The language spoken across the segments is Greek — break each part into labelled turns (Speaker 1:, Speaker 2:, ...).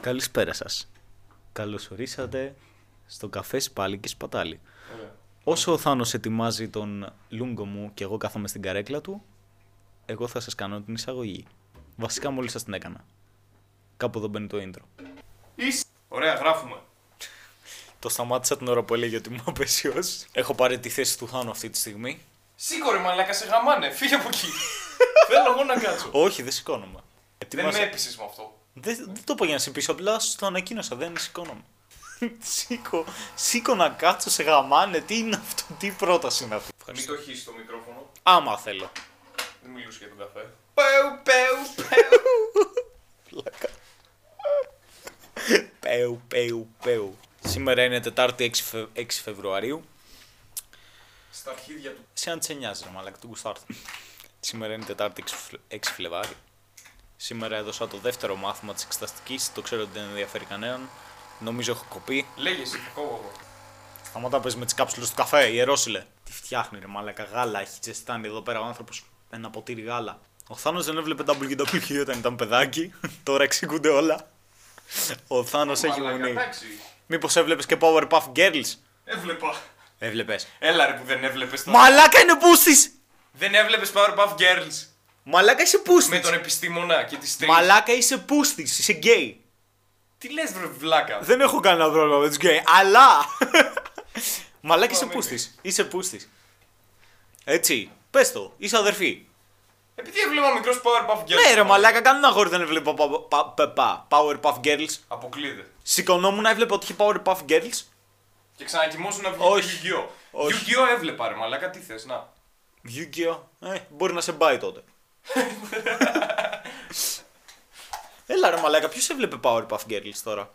Speaker 1: Καλησπέρα σας. Καλώς ορίσατε στο καφέ Σπάλι και Σπατάλι.
Speaker 2: Ωραία.
Speaker 1: Όσο ο Θάνος ετοιμάζει τον Λούγκο μου και εγώ κάθομαι στην καρέκλα του, εγώ θα σας κάνω την εισαγωγή. Βασικά μόλις σας την έκανα. Κάπου εδώ μπαίνει το intro.
Speaker 2: Είσαι. Ωραία, γράφουμε.
Speaker 1: Το σταμάτησα την ώρα που έλεγε ότι είμαι απεσιός. Έχω πάρει τη θέση του Θάνου αυτή τη στιγμή.
Speaker 2: Σήκω ρε μαλάκα, σε γαμάνε. Φύγε από εκεί. Θέλω εγώ να κάτσω.
Speaker 1: Όχι, δεν σηκώνομαι.
Speaker 2: Δεν
Speaker 1: Ετοιμάζα-
Speaker 2: με έπεισες με αυτό.
Speaker 1: Δεν, δεν το είπα για να σε πείσω, απλά σου το ανακοίνωσα, δεν σηκώνομαι. σήκω, σήκω να κάτσω, σε γαμάνε, τι είναι αυτό, τι πρόταση είναι αυτή.
Speaker 2: Μην το χύσεις το μικρόφωνο.
Speaker 1: Άμα θέλω.
Speaker 2: Δεν μιλούσε για τον καφέ. Πεου, πεου, πεου.
Speaker 1: Πλάκα. Πέου, πέου, πέου. Σήμερα είναι Τετάρτη 6, Φε... 6 Φεβρουαρίου.
Speaker 2: Στα αρχίδια του.
Speaker 1: Σε αν τσενιάζει, ρε μαλάκα, του γουστάρθω. Σήμερα είναι Τετάρτη 6, Φλε- 6 Φλεβάρι. Σήμερα έδωσα το δεύτερο μάθημα της εξεταστικής, το ξέρω ότι δεν ενδιαφέρει κανέναν. Νομίζω έχω κοπεί.
Speaker 2: Λέγεσαι, θα κόβω εγώ.
Speaker 1: Σταματά να παίζει με τις κάψουλες του καφέ, ιερόσιλε. Τι φτιάχνει ρε μαλάκα, γάλα έχει τσεστάνει εδώ πέρα ο άνθρωπος ένα ποτήρι γάλα. Ο Θάνος δεν έβλεπε WWE όταν ήταν παιδάκι, τώρα εξηγούνται όλα. Ο Θάνος έχει
Speaker 2: Μαλάκα,
Speaker 1: μονή.
Speaker 2: εντάξει.
Speaker 1: Μήπως έβλεπες και Powerpuff Girls.
Speaker 2: Έβλεπα.
Speaker 1: Έβλεπες.
Speaker 2: Έλα ρε που δεν έβλεπες. τώρα.
Speaker 1: Μαλάκα είναι πούστης!
Speaker 2: Δεν έβλεπες Powerpuff Girls.
Speaker 1: Μαλάκα είσαι πούστης!
Speaker 2: Με τον επιστήμονα και τη τρεις.
Speaker 1: Μαλάκα είσαι πούστης, είσαι γκέι.
Speaker 2: Τι λες βρε βλάκα.
Speaker 1: Δεν έχω κανένα πρόβλημα με τους γκέι, αλλά. Μαλάκα είσαι
Speaker 2: Πάμε, ναι.
Speaker 1: πούστη. Είσαι πούστης. Έτσι. Πες το, είσαι αδερφή.
Speaker 2: Επειδή έβλεπα μικρός Powerpuff Girls.
Speaker 1: Ναι, ρε μαλάκα, κανένα αγόρι δεν έβλεπε πα, πα, πα, πα- πα- Powerpuff Girls.
Speaker 2: Αποκλείεται.
Speaker 1: Σηκωνόμουν, έβλεπε ότι είχε Powerpuff Girls.
Speaker 2: Και ξανακοιμώσουν να βγει
Speaker 1: Όχι.
Speaker 2: Yu-Gi-Oh!
Speaker 1: Όχι.
Speaker 2: Yu-Gi-Oh! έβλεπα ρε μαλάκα, τι θες, να.
Speaker 1: Yu-Gi-Oh! Ε, μπορεί να σε πάει τότε. Έλα ρε μαλάκα, ποιος έβλεπε Powerpuff Girls τώρα.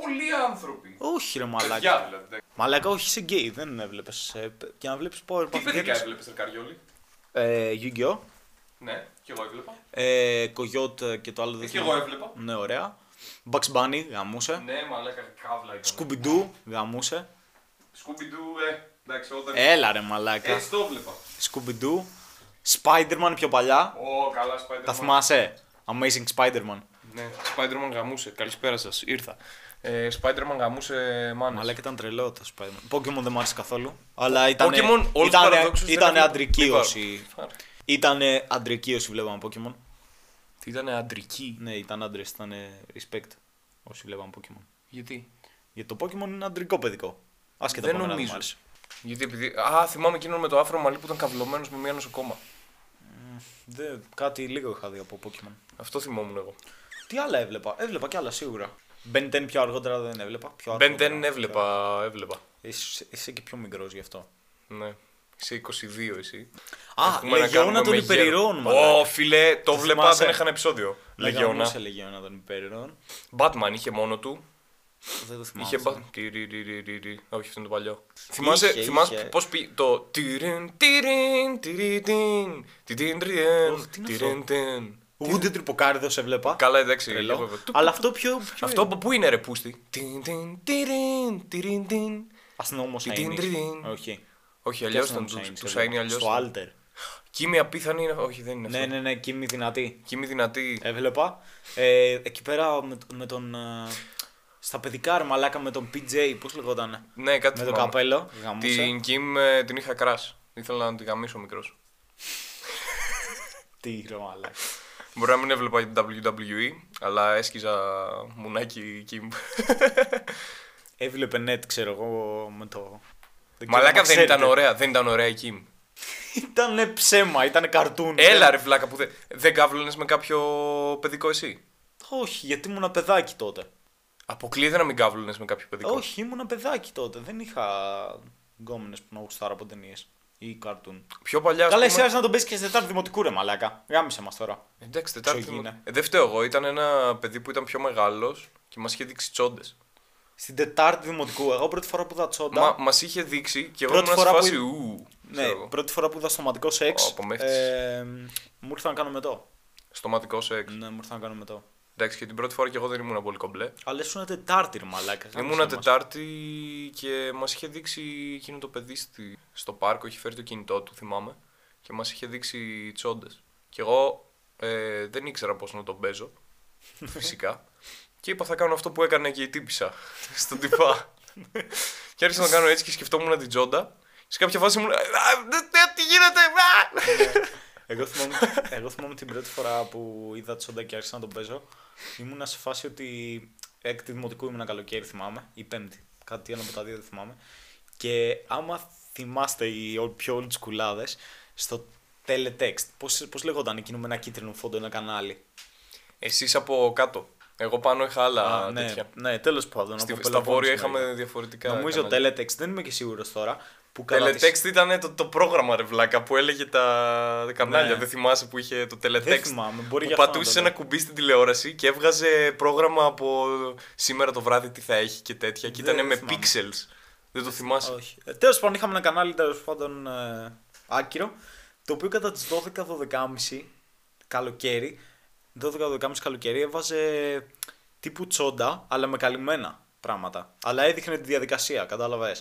Speaker 2: Πολλοί άνθρωποι.
Speaker 1: Όχι ρε μαλάκα.
Speaker 2: Παιδιά δηλαδή.
Speaker 1: Μαλάκα, όχι, είσαι γκέι, δεν έβλεπες. Ε, π- για να βλέπεις
Speaker 2: Τι
Speaker 1: Powerpuff
Speaker 2: παιδικά
Speaker 1: Girls.
Speaker 2: έβλεπες Τερκαριόλη.
Speaker 1: Ε, Yu-Gi-Oh!
Speaker 2: Ναι, κι εγώ έβλεπα.
Speaker 1: Ε, Κογιότ και το άλλο δεν
Speaker 2: Κι εγώ
Speaker 1: θυμάμαι.
Speaker 2: έβλεπα.
Speaker 1: Ναι, ωραία. Bugs Bunny, γαμούσε.
Speaker 2: Ναι, μαλάκα, καύλα ήταν.
Speaker 1: Scooby-Doo, γαμούσε.
Speaker 2: Σκουμπιντού, ε, εντάξει, όταν.
Speaker 1: Έλα ρε μαλάκα.
Speaker 2: Έτσι το έβλεπα.
Speaker 1: Scooby-Doo, Spider-Man πιο παλιά.
Speaker 2: Ω, καλά, Spider-Man.
Speaker 1: Τα θυμάσαι. Amazing Spider-Man.
Speaker 2: Ναι, Spider-Man γαμούσε. Καλησπέρα σας, ήρθα. Ε, Spider-Man γαμούσε μάνα.
Speaker 1: Αλλά και ήταν τρελό το Spider-Man. Pokemon δεν μ' άρεσε καθόλου. Αλλά ήταν.
Speaker 2: Pokemon, όλους
Speaker 1: ήταν,
Speaker 2: παραδόξους δεν
Speaker 1: ήταν
Speaker 2: έβλεπα.
Speaker 1: αντρική
Speaker 2: Λοιπόν.
Speaker 1: όσοι. Ήταν αντρική όσοι βλέπαμε Pokemon.
Speaker 2: Ήταν αντρική.
Speaker 1: Ναι, ήταν άντρες, ήταν respect όσοι βλέπαμε Pokemon.
Speaker 2: Γιατί.
Speaker 1: Γιατί το Pokemon είναι αντρικό παιδικό. Άσχετα
Speaker 2: Δεν
Speaker 1: από εμένα,
Speaker 2: νομίζω.
Speaker 1: μ' άρεσε.
Speaker 2: Γιατί επειδή. Α, θυμάμαι εκείνον με το άφρο μαλλί που ήταν καυλωμένος με μία νοσοκόμα.
Speaker 1: Δεν- κάτι λίγο είχα δει από Pokemon.
Speaker 2: Αυτό θυμόμουν εγώ.
Speaker 1: Τι άλλα έβλεπα. Έβλεπα κι άλλα σίγουρα. Ben 10 πιο αργότερα δεν έβλεπα. Πιο
Speaker 2: Ben
Speaker 1: αργότερα.
Speaker 2: 10 έβλεπα. έβλεπα.
Speaker 1: Είσαι, είσαι και πιο μικρός γι' αυτό.
Speaker 2: Ναι. Είσαι 22 εσύ.
Speaker 1: Α, ε,
Speaker 2: Έχουμε να κάνουμε
Speaker 1: Λεγεώνα των
Speaker 2: με
Speaker 1: Υπερηρών,
Speaker 2: γέρο.
Speaker 1: μαλάκα.
Speaker 2: Ω, φίλε, το βλέπα,
Speaker 1: θυμάσαι.
Speaker 2: δεν είχαν επεισόδιο. Λεγεώνα.
Speaker 1: Λεγεώνα. Λεγεώνα των Υπερηρών.
Speaker 2: Batman είχε μόνο του.
Speaker 1: Δεν το θυμάμαι.
Speaker 2: Είχε
Speaker 1: αυτό.
Speaker 2: Batman. Όχι, αυτό είναι το παλιό. Θυμάσαι,
Speaker 1: είχε.
Speaker 2: θυμάσαι πώ πήγε το. Τιρίν, τιρίν, τιρίν, τιρίν, τριέν,
Speaker 1: Ωχ, τι είναι
Speaker 2: τιρίν, τεν.
Speaker 1: Ούτε τρυποκάριδος έβλεπα.
Speaker 2: Καλά, εντάξει.
Speaker 1: Τρελό.
Speaker 2: λίγο, βέβαια. Του-
Speaker 1: Αλλά αυτό πιο. πιο
Speaker 2: Αυτό από πού είναι ρε πούστη. Τιν, τιν, τιρίν, τιρίν, τιν.
Speaker 1: Αστυνόμο
Speaker 2: Τι- τι- τι- τι-
Speaker 1: Σάινι. Όχι.
Speaker 2: Όχι,
Speaker 1: Ποιος
Speaker 2: αλλιώς ήταν
Speaker 1: αστυνόμος
Speaker 2: τους
Speaker 1: Σάινις
Speaker 2: τους
Speaker 1: έβλεπα?
Speaker 2: Σάινι, αλλιώς.
Speaker 1: Στο Alter.
Speaker 2: Κίμη απίθανη είναι. Όχι, δεν είναι
Speaker 1: Ναι,
Speaker 2: αυτό.
Speaker 1: ναι, ναι, κοιμή δυνατή.
Speaker 2: Κίμη δυνατή.
Speaker 1: Έβλεπα. Ε, εκεί πέρα με, με τον. ε, Στα παιδικά ρε μαλάκα με τον PJ, πώς λεγόταν.
Speaker 2: Ναι, κάτι
Speaker 1: Με το
Speaker 2: θυμάμαι.
Speaker 1: καπέλο. Γαμούσε.
Speaker 2: Την Κιμ ε, την είχα κράσει. Ήθελα να την γαμίσω μικρός.
Speaker 1: Τι ρε μαλάκα.
Speaker 2: Μπορεί να μην έβλεπα για την WWE, E, αλλά έσκιζα μουνάκι Κιμ.
Speaker 1: Έβλεπε net, ξέρω εγώ, με το. δεν ξέρω
Speaker 2: Μαλάκα
Speaker 1: αν
Speaker 2: δεν ήταν
Speaker 1: ξέρετε. Ναι.
Speaker 2: ωραία, δεν ήταν ωραία η Κιμ.
Speaker 1: Ήτανε ψέμα, ήταν καρτούν.
Speaker 2: Έλα ρε βλάκα που δεν. Δεν κάβλωνε με κάποιο παιδικό εσύ.
Speaker 1: Όχι, γιατί ήμουν παιδάκι τότε.
Speaker 2: Αποκλείεται να μην κάβλωνες με κάποιο παιδικό.
Speaker 1: Όχι, ήμουν παιδάκι τότε. Δεν είχα γκόμενες που να γουστάρω από ταινίες ή καρτούν.
Speaker 2: Πιο παλιά. ας
Speaker 1: Καλά, εσύ
Speaker 2: πούμε...
Speaker 1: άρεσε να τον πέσει και σε τετάρτη δημοτικού ρε μαλάκα. Γάμισε μας τώρα.
Speaker 2: Εντάξει, Τετάρτη.
Speaker 1: Ξωγήνα.
Speaker 2: μου- Ε, δεν φταίω εγώ. Ήταν ένα παιδί που ήταν πιο μεγάλος και μας είχε δείξει τσόντες.
Speaker 1: Στην τετάρτη δημοτικού, εγώ πρώτη φορά που είδα τσόντα.
Speaker 2: Μα μας είχε δείξει και εγώ
Speaker 1: Πρώτη
Speaker 2: ήμουν σε
Speaker 1: φορά που
Speaker 2: φάση
Speaker 1: είδα-
Speaker 2: ου.
Speaker 1: Ναι,
Speaker 2: ξέρω εγώ.
Speaker 1: πρώτη φορά που είδα σωματικό
Speaker 2: Ω,
Speaker 1: σεξ.
Speaker 2: απομέχτης.
Speaker 1: ε, μου ήρθε να κάνω μετό.
Speaker 2: Στοματικό σεξ.
Speaker 1: Ναι, μου ήρθε να κάνω μετό.
Speaker 2: Εντάξει, και την πρώτη φορά και εγώ δεν ήμουν πολύ κομπλέ.
Speaker 1: Αλλά ήσουν Τετάρτη, ρε μαλάκα. γάμισε
Speaker 2: Ήμουνα
Speaker 1: μας.
Speaker 2: Τετάρτη και μας είχε δείξει εκείνο το παιδί στη- στο πάρκο. Είχε φέρει το κινητό του, θυμάμαι. Και μας είχε δείξει τσόντες. Και εγώ ε, δεν ήξερα πώς να τον παίζω. φυσικά. Και είπα θα κάνω αυτό που έκανε και η τύπησα στον τυπά. και άρχισα να κάνω έτσι και σκεφτόμουν την τζόντα. Σε κάποια φάση ήμουν. «Α, δε- δε- Τι γίνεται, α!»
Speaker 1: Ναι. Εγώ θυμάμαι, εγώ θυμάμαι την πρώτη φορά που είδα τσόντα και άρχισα να τον παίζω. Ήμουνα σε φάση ότι έκτη δημοτικού ήμουνα καλοκαίρι, θυμάμαι, ή πέμπτη. Κάτι ένα από τα δύο δεν θυμάμαι. Και άμα θυμάστε οι ο- πιο όλοι κουλάδε, στο teletext, πώς, πώς λεγόταν εκείνο με ένα κίτρινο φόντο, ένα κανάλι.
Speaker 2: Εσείς από κάτω. Εγώ πάνω είχα άλλα
Speaker 1: Α, ναι,
Speaker 2: τέτοια.
Speaker 1: ναι τέλος πάντων.
Speaker 2: Στη-
Speaker 1: από
Speaker 2: στα
Speaker 1: Πελοπόννησο
Speaker 2: βόρεια
Speaker 1: μερικά.
Speaker 2: είχαμε διαφορετικά.
Speaker 1: Νομίζω
Speaker 2: κανάλια.
Speaker 1: teletext, δεν είμαι και σίγουρος τώρα. Που κατά τις-
Speaker 2: Teletext ήταν το, το πρόγραμμα ρε βλάκα που έλεγε τα, τα κανάλια.
Speaker 1: Ναι.
Speaker 2: Δεν θυμάσαι που είχε το Teletext.
Speaker 1: Δεν θυμάμαι, μπορεί ναι. γι' αυτό
Speaker 2: που
Speaker 1: να
Speaker 2: πατούσε
Speaker 1: το
Speaker 2: ένα
Speaker 1: λέω.
Speaker 2: κουμπί στην τηλεόραση και έβγαζε πρόγραμμα από σήμερα το βράδυ τι θα έχει και τέτοια. Και
Speaker 1: Δεν
Speaker 2: ήταν με
Speaker 1: θυμάμαι.
Speaker 2: pixels. Δεν το θυμάσαι.
Speaker 1: Όχι. Τέλος πάντων, είχαμε ένα κανάλι τέλος πάντων ε, άκυρο. Το οποίο κατά τις 12-12.30 καλοκαίρι, 12-12.30 καλοκαίρι έβαζε τύπου τσόντα, αλλά με καλυμμένα πράγματα. Αλλά έδειχνε τη διαδικασία, κατάλαβες.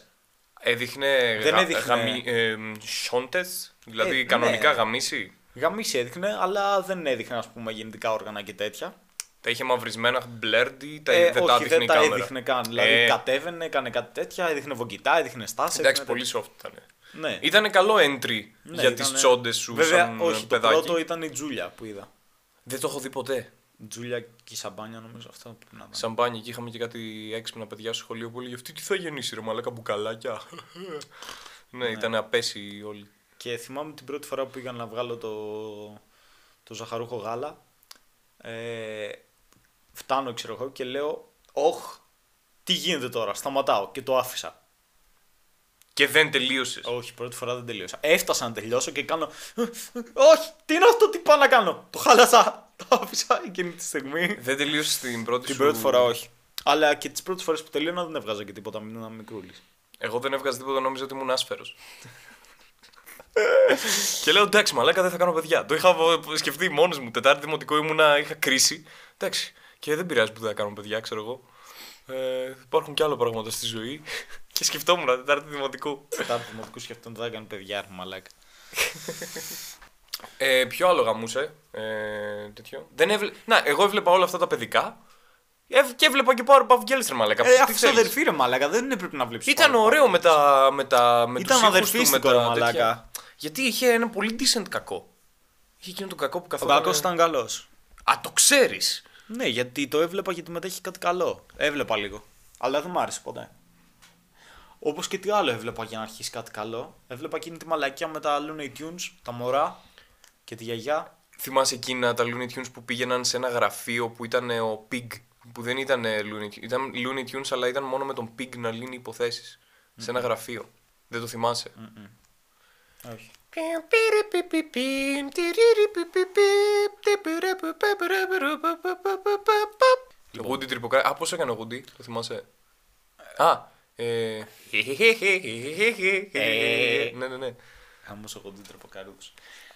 Speaker 2: Έδειχνε,
Speaker 1: Δεν
Speaker 2: γα...
Speaker 1: έδειχνε.
Speaker 2: γαμι- ε, σόντες, δηλαδή
Speaker 1: ναι.
Speaker 2: κανονικά γαμίσει.
Speaker 1: Γαμίση έδειχνε, αλλά δεν έδειχνε, ας πούμε, γεννητικά όργανα και τέτοια.
Speaker 2: Τα είχε μαυρισμένα, blurred ή τα,
Speaker 1: Ε,
Speaker 2: δεν τα
Speaker 1: όχι,
Speaker 2: έδειχνε
Speaker 1: δεν
Speaker 2: η
Speaker 1: τα
Speaker 2: κάμερα.
Speaker 1: έδειχνε καν. Δηλαδή
Speaker 2: Ε.
Speaker 1: κατέβαινε, έκανε κάτι τέτοια, έδειχνε βογκητά, έδειχνε στάση.
Speaker 2: Εντάξει,
Speaker 1: έδειχνε
Speaker 2: πολύ soft ήταν.
Speaker 1: τέτοια. Ναι.
Speaker 2: Ήτανε καλό entry
Speaker 1: Ναι,
Speaker 2: για
Speaker 1: ήτανε-
Speaker 2: τις τσόντες σου
Speaker 1: Βέβαια,
Speaker 2: σαν
Speaker 1: όχι, το
Speaker 2: παιδάκι.
Speaker 1: πρώτο ήταν η Τζούλια που είδα.
Speaker 2: Δεν το έχω δει ποτέ.
Speaker 1: Τζούλια και η σαμπάνια νομίζω αυτό πρέπει να ήταν.
Speaker 2: Σαμπάνι και είχαμε και κάτι έξυπνα παιδιά στο σχολείο που έλεγε αυτή τι θα γεννήσει ρε μαλάκα μπουκαλάκια. ναι, ήταν απέσιοι όλοι.
Speaker 1: Και θυμάμαι την πρώτη φορά που πήγα να βγάλω το, το ζαχαρούχο γάλα. Ε, φτάνω, ξέρω εγώ, και λέω, Ωχ, τι γίνεται τώρα, σταματάω. Και το άφησα.
Speaker 2: Και δεν τελείωσες.
Speaker 1: Όχι, πρώτη φορά δεν τελείωσα. Έφτασα να τελειώσω και κάνω. Όχι, τι είναι αυτό, τι πάω να κάνω. Το χάλασα. Το άφησα εκείνη τη στιγμή.
Speaker 2: Δεν τελείωσες την πρώτη
Speaker 1: Την
Speaker 2: σου.
Speaker 1: πρώτη φορά όχι. Αλλά και τις πρώτες φορές που τελείωνα δεν έβγαζα και τίποτα, μην ήμουν μικρούλης.
Speaker 2: Εγώ δεν έβγαζα τίποτα, νόμιζα ότι ήμουν άσφερο. και λέω εντάξει, μαλάκα δεν θα κάνω παιδιά. Το είχα σκεφτεί μόνος μου. Τετάρτη δημοτικό ήμουνα, είχα κρίση. Εντάξει. Και δεν πειράζει που δεν θα κάνω παιδιά, ξέρω εγώ. Ε, υπάρχουν και άλλα πράγματα στη ζωή. και σκεφτόμουν Τετάρτη δημοτικού.
Speaker 1: Τετάρτη δημοτικού σκεφτόμουν δεν θα έκανε παιδιά, ρε μαλάκα.
Speaker 2: Ε, ποιο άλλο γαμούσε. Ε, τέτοιο. Δεν έβλε... Να, εγώ έβλεπα όλα αυτά τα παιδικά. Ευ- και έβλεπα και Powerpuff Girls, ρε μαλάκα.
Speaker 1: Ε,
Speaker 2: Τι
Speaker 1: αυτός
Speaker 2: θέλεις.
Speaker 1: αδερφή ρε μαλάκα, δεν έπρεπε να βλέπεις.
Speaker 2: Ήταν ωραίο με τα. Με τα με
Speaker 1: Ήταν
Speaker 2: τους ήχους
Speaker 1: αδερφή
Speaker 2: του,
Speaker 1: στην
Speaker 2: με τα
Speaker 1: κόρη,
Speaker 2: τέτοια.
Speaker 1: μαλάκα.
Speaker 2: Γιατί είχε ένα πολύ decent κακό. Είχε εκείνο το κακό που
Speaker 1: Ο
Speaker 2: καθόταν.
Speaker 1: κακό ήταν καλός.
Speaker 2: Α, το ξέρεις.
Speaker 1: Ναι, γιατί το έβλεπα γιατί μετέχει κάτι καλό. Έβλεπα λίγο. Αλλά δεν μ' άρεσε ποτέ. Όπως και τι άλλο έβλεπα για να αρχίσει κάτι καλό. Έβλεπα εκείνη τη μαλακία με τα Looney Tunes, τα μωρά και τη γιαγιά.
Speaker 2: Θυμάσαι εκείνα τα Looney Tunes που πήγαιναν σε ένα γραφείο που ήταν ε, ο Pig. Που δεν ήταν ε, Looney Tunes. Ήταν Looney Tunes, αλλά ήταν μόνο με τον Pig να λύνει υποθέσεις. Σε ένα γραφείο. Δεν το θυμάσαι.
Speaker 1: Όχι.
Speaker 2: Το Woody τρυποκράτη. Α, πώς έκανε ο Woody, το θυμάσαι. Α, ε... Ναι, ναι, ναι.
Speaker 1: Χαμός ο κοντή τρεποκαρούδο.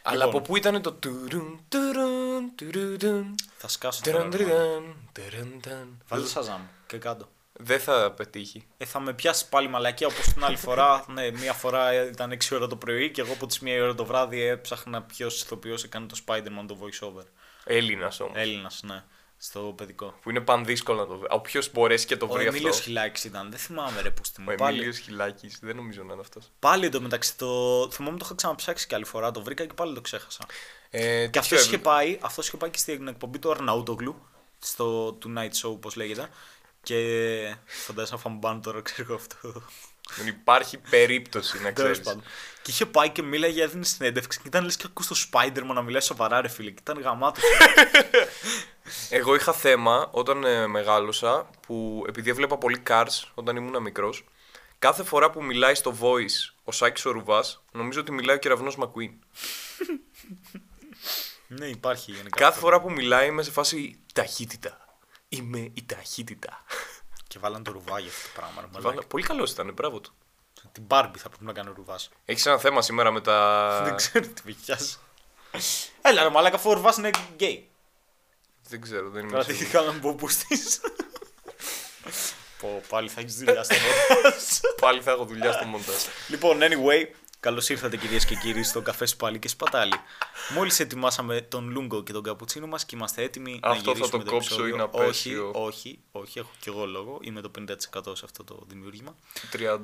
Speaker 2: Αλλά
Speaker 1: Λοιπόν.
Speaker 2: από πού ήταν το τουρουν, τουρουν, τουρουν,
Speaker 1: Θα σκάσω τώρα.
Speaker 2: τουρουν,
Speaker 1: ρε μαλάκα.
Speaker 2: τουρουν, τουρουν, τουρουν.
Speaker 1: Βάλτε σαζάμ και κάτω.
Speaker 2: Δεν θα πετύχει.
Speaker 1: Ε, θα με πιάσει πάλι μαλακία όπως την άλλη φορά. ναι, μία φορά ήταν 6 ώρα το πρωί και εγώ από τις 1 ώρα το βράδυ έψαχνα ποιος ηθοποιός έκανε το Spider-Man το voiceover.
Speaker 2: Έλληνας όμως.
Speaker 1: Έλληνας, ναι. Στο παιδικό.
Speaker 2: Που είναι πανδύσκολο να το βρει. Όποιο μπορέσει και το
Speaker 1: Ο
Speaker 2: βρει αυτό.
Speaker 1: Εμίλιος Χιλάκης ήταν. Δεν θυμάμαι ρε πώ τι
Speaker 2: Ο
Speaker 1: μου. Πάλι,
Speaker 2: Εμίλιος Χιλάκης. Δεν νομίζω να είναι αυτός.
Speaker 1: πάλι εντωμεταξύ το. Θυμάμαι το είχα ξαναψάξει και άλλη φορά. Το βρήκα και πάλι το ξέχασα.
Speaker 2: Ε,
Speaker 1: Και αυτό
Speaker 2: τέτοιο
Speaker 1: είχε πάει, αυτός είχε πάει και στην εκπομπή του Αρναούτογλου. Στο Tonight Show, όπως λέγεται. Και φαντάζομαι να φάμε μπαν τώρα, ξέρω εγώ αυτό.
Speaker 2: Δεν υπάρχει περίπτωση να
Speaker 1: Τέλος
Speaker 2: ξέρεις.
Speaker 1: πάντων. Και είχε πάει και μίλαγε, έδινε συνέντευξη. Και ήταν λες και ακούς το Spider-Man να μιλάει σοβαρά, ρε φίλε. Και ήταν γαμάτος.
Speaker 2: Εγώ είχα θέμα όταν ε, μεγάλωσα που επειδή έβλεπα πολύ cars όταν ήμουν μικρός, κάθε φορά που μιλάει στο voice ο Σάκης ο Ρουβάς, νομίζω ότι μιλάει ο κεραυνός McQueen.
Speaker 1: ναι, υπάρχει γενικά.
Speaker 2: Κάθε φορά που μιλάει είμαι σε φάση ταχύτητα. Είμαι η ταχύτητα.
Speaker 1: Και βάλαν το ρουβά για αυτό το πράγμα. ρε μαλάκα.
Speaker 2: Βάλα- Πολύ καλός ήταν, μπράβο του.
Speaker 1: Την Barbie θα πρέπει να κάνει ρουβάς.
Speaker 2: Έχεις ένα θέμα σήμερα με τα.
Speaker 1: Δεν ξέρω τι με πιάσει. Έλα ρε μαλάκα, αφού ο Ρουβάς είναι γκέι.
Speaker 2: Δεν ξέρω, δεν είμαι
Speaker 1: Τώρα τι
Speaker 2: σίγουρος.
Speaker 1: κάναμε μπομπούς της. Πω, πάλι θα έχεις δουλειά στο μοντάζ.
Speaker 2: Πάλι θα έχω δουλειά στο μοντάζ.
Speaker 1: Λοιπόν, anyway, Καλώς ήρθατε κυρίες και κύριοι στο καφέ Σπάλι και Σπατάλι. Μόλις ετοιμάσαμε τον Λούγκο και τον καπουτσίνο μας και είμαστε έτοιμοι να
Speaker 2: Αυτό θα
Speaker 1: γυρίσουμε
Speaker 2: το
Speaker 1: το
Speaker 2: κόψω,
Speaker 1: επεισόδιο.
Speaker 2: είναι απέσιο.
Speaker 1: Όχι, όχι, όχι, έχω κι εγώ λόγο. Είμαι το 50% σε αυτό το δημιούργημα.
Speaker 2: 30.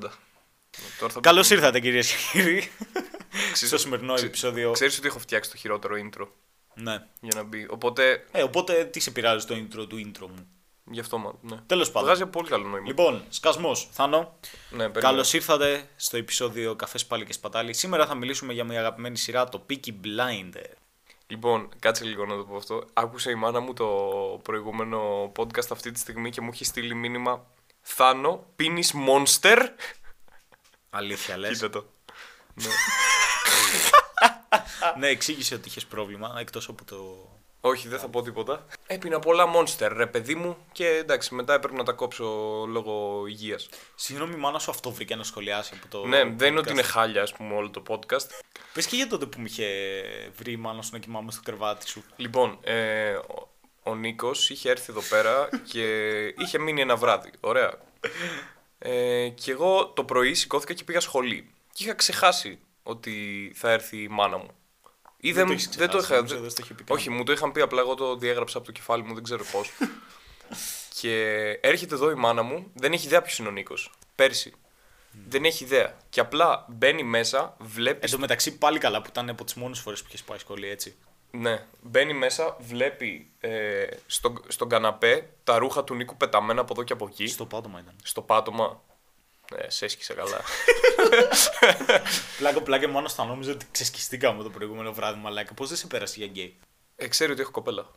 Speaker 2: Τώρα θα
Speaker 1: Καλώ ήρθατε κυρίες και κύριοι.
Speaker 2: Ξέρεις-
Speaker 1: στο σημερινό
Speaker 2: ξε-
Speaker 1: επεισόδιο.
Speaker 2: Ξέρεις ότι έχω φτιάξει το χειρότερο intro
Speaker 1: Ναι.
Speaker 2: για να μπει. Οπότε
Speaker 1: Ε, οπότε τι σε πειράζει το intro του intro μου.
Speaker 2: γι' αυτό μάλλον. Ναι.
Speaker 1: Τέλος πάντων.
Speaker 2: Βγάζει πολύ καλό νόημα.
Speaker 1: Λοιπόν, σκασμός, Θάνο.
Speaker 2: Ναι, περίμενε.
Speaker 1: Καλώς ήρθατε στο επεισόδιο Καφές Πάλι και Σπατάλι. Σήμερα θα μιλήσουμε για μια αγαπημένη σειρά, το Peaky Blinder.
Speaker 2: Λοιπόν, κάτσε λίγο να το πω αυτό. Άκουσε η μάνα μου το προηγούμενο podcast αυτή τη στιγμή και μου έχει στείλει μήνυμα Θάνο, πίνεις monster.
Speaker 1: Αλήθεια λες.
Speaker 2: Κοίτα το. Ναι.
Speaker 1: ναι, εξήγησε ότι είχες πρόβλημα, εκτός από το.
Speaker 2: Όχι, δεν θα πω τίποτα. Έπεινα πολλά monster, ρε παιδί μου. Και εντάξει, μετά έπρεπε να τα κόψω λόγω υγείας.
Speaker 1: Συγγνώμη, μάνα σου αυτό βρήκε να σχολιάσει από το.
Speaker 2: Ναι, δεν είναι ότι είναι χάλια, ας πούμε, όλο το podcast.
Speaker 1: Πες και για τότε που με είχε βρει η μάνα σου να κοιμάμαι στο κρεβάτι σου.
Speaker 2: Λοιπόν, ε, ο- ο Νίκος είχε έρθει εδώ πέρα και είχε μείνει ένα βράδυ. Ωραία. Ε, και εγώ το πρωί σηκώθηκα και πήγα σχολή. Και είχα ξεχάσει ότι θα έρθει η μάνα μου. Ή
Speaker 1: Δεν
Speaker 2: δεν,
Speaker 1: το έχεις
Speaker 2: δεν το
Speaker 1: ξεχάσει,
Speaker 2: είχα.
Speaker 1: νόμιζα δεν στο είχε πει
Speaker 2: όχι, μου το είχαν πει, απλά εγώ το διέγραψα από το κεφάλι μου, δεν ξέρω πώς. και έρχεται εδώ η μάνα μου, δεν έχει ιδέα ποιος είναι ο Νίκος. Πέρσι. Δεν έχει ιδέα. Και απλά μπαίνει μέσα, βλέπει
Speaker 1: Εν τω μεταξύ, πάλι καλά που ήταν από τις μόνες φορές που είχες πάει σχολή, έτσι.
Speaker 2: Ναι. Μπαίνει μέσα, βλέπει ε, στο, στον καναπέ τα ρούχα του Νίκου πεταμένα από εδώ και από εκεί. Στο,
Speaker 1: Στο πάτωμα ήταν.
Speaker 2: πάτωμα. Ε, σε έσκησε καλά.
Speaker 1: Πλάκα, πλάκα, μάνα θα νόμιζα ότι ξεσκιστήκαμε το προηγούμενο βράδυ, μαλάκα. Πώς δεν σε πέρασε για γκέι.
Speaker 2: ε, ξέρει ότι έχω κοπέλα.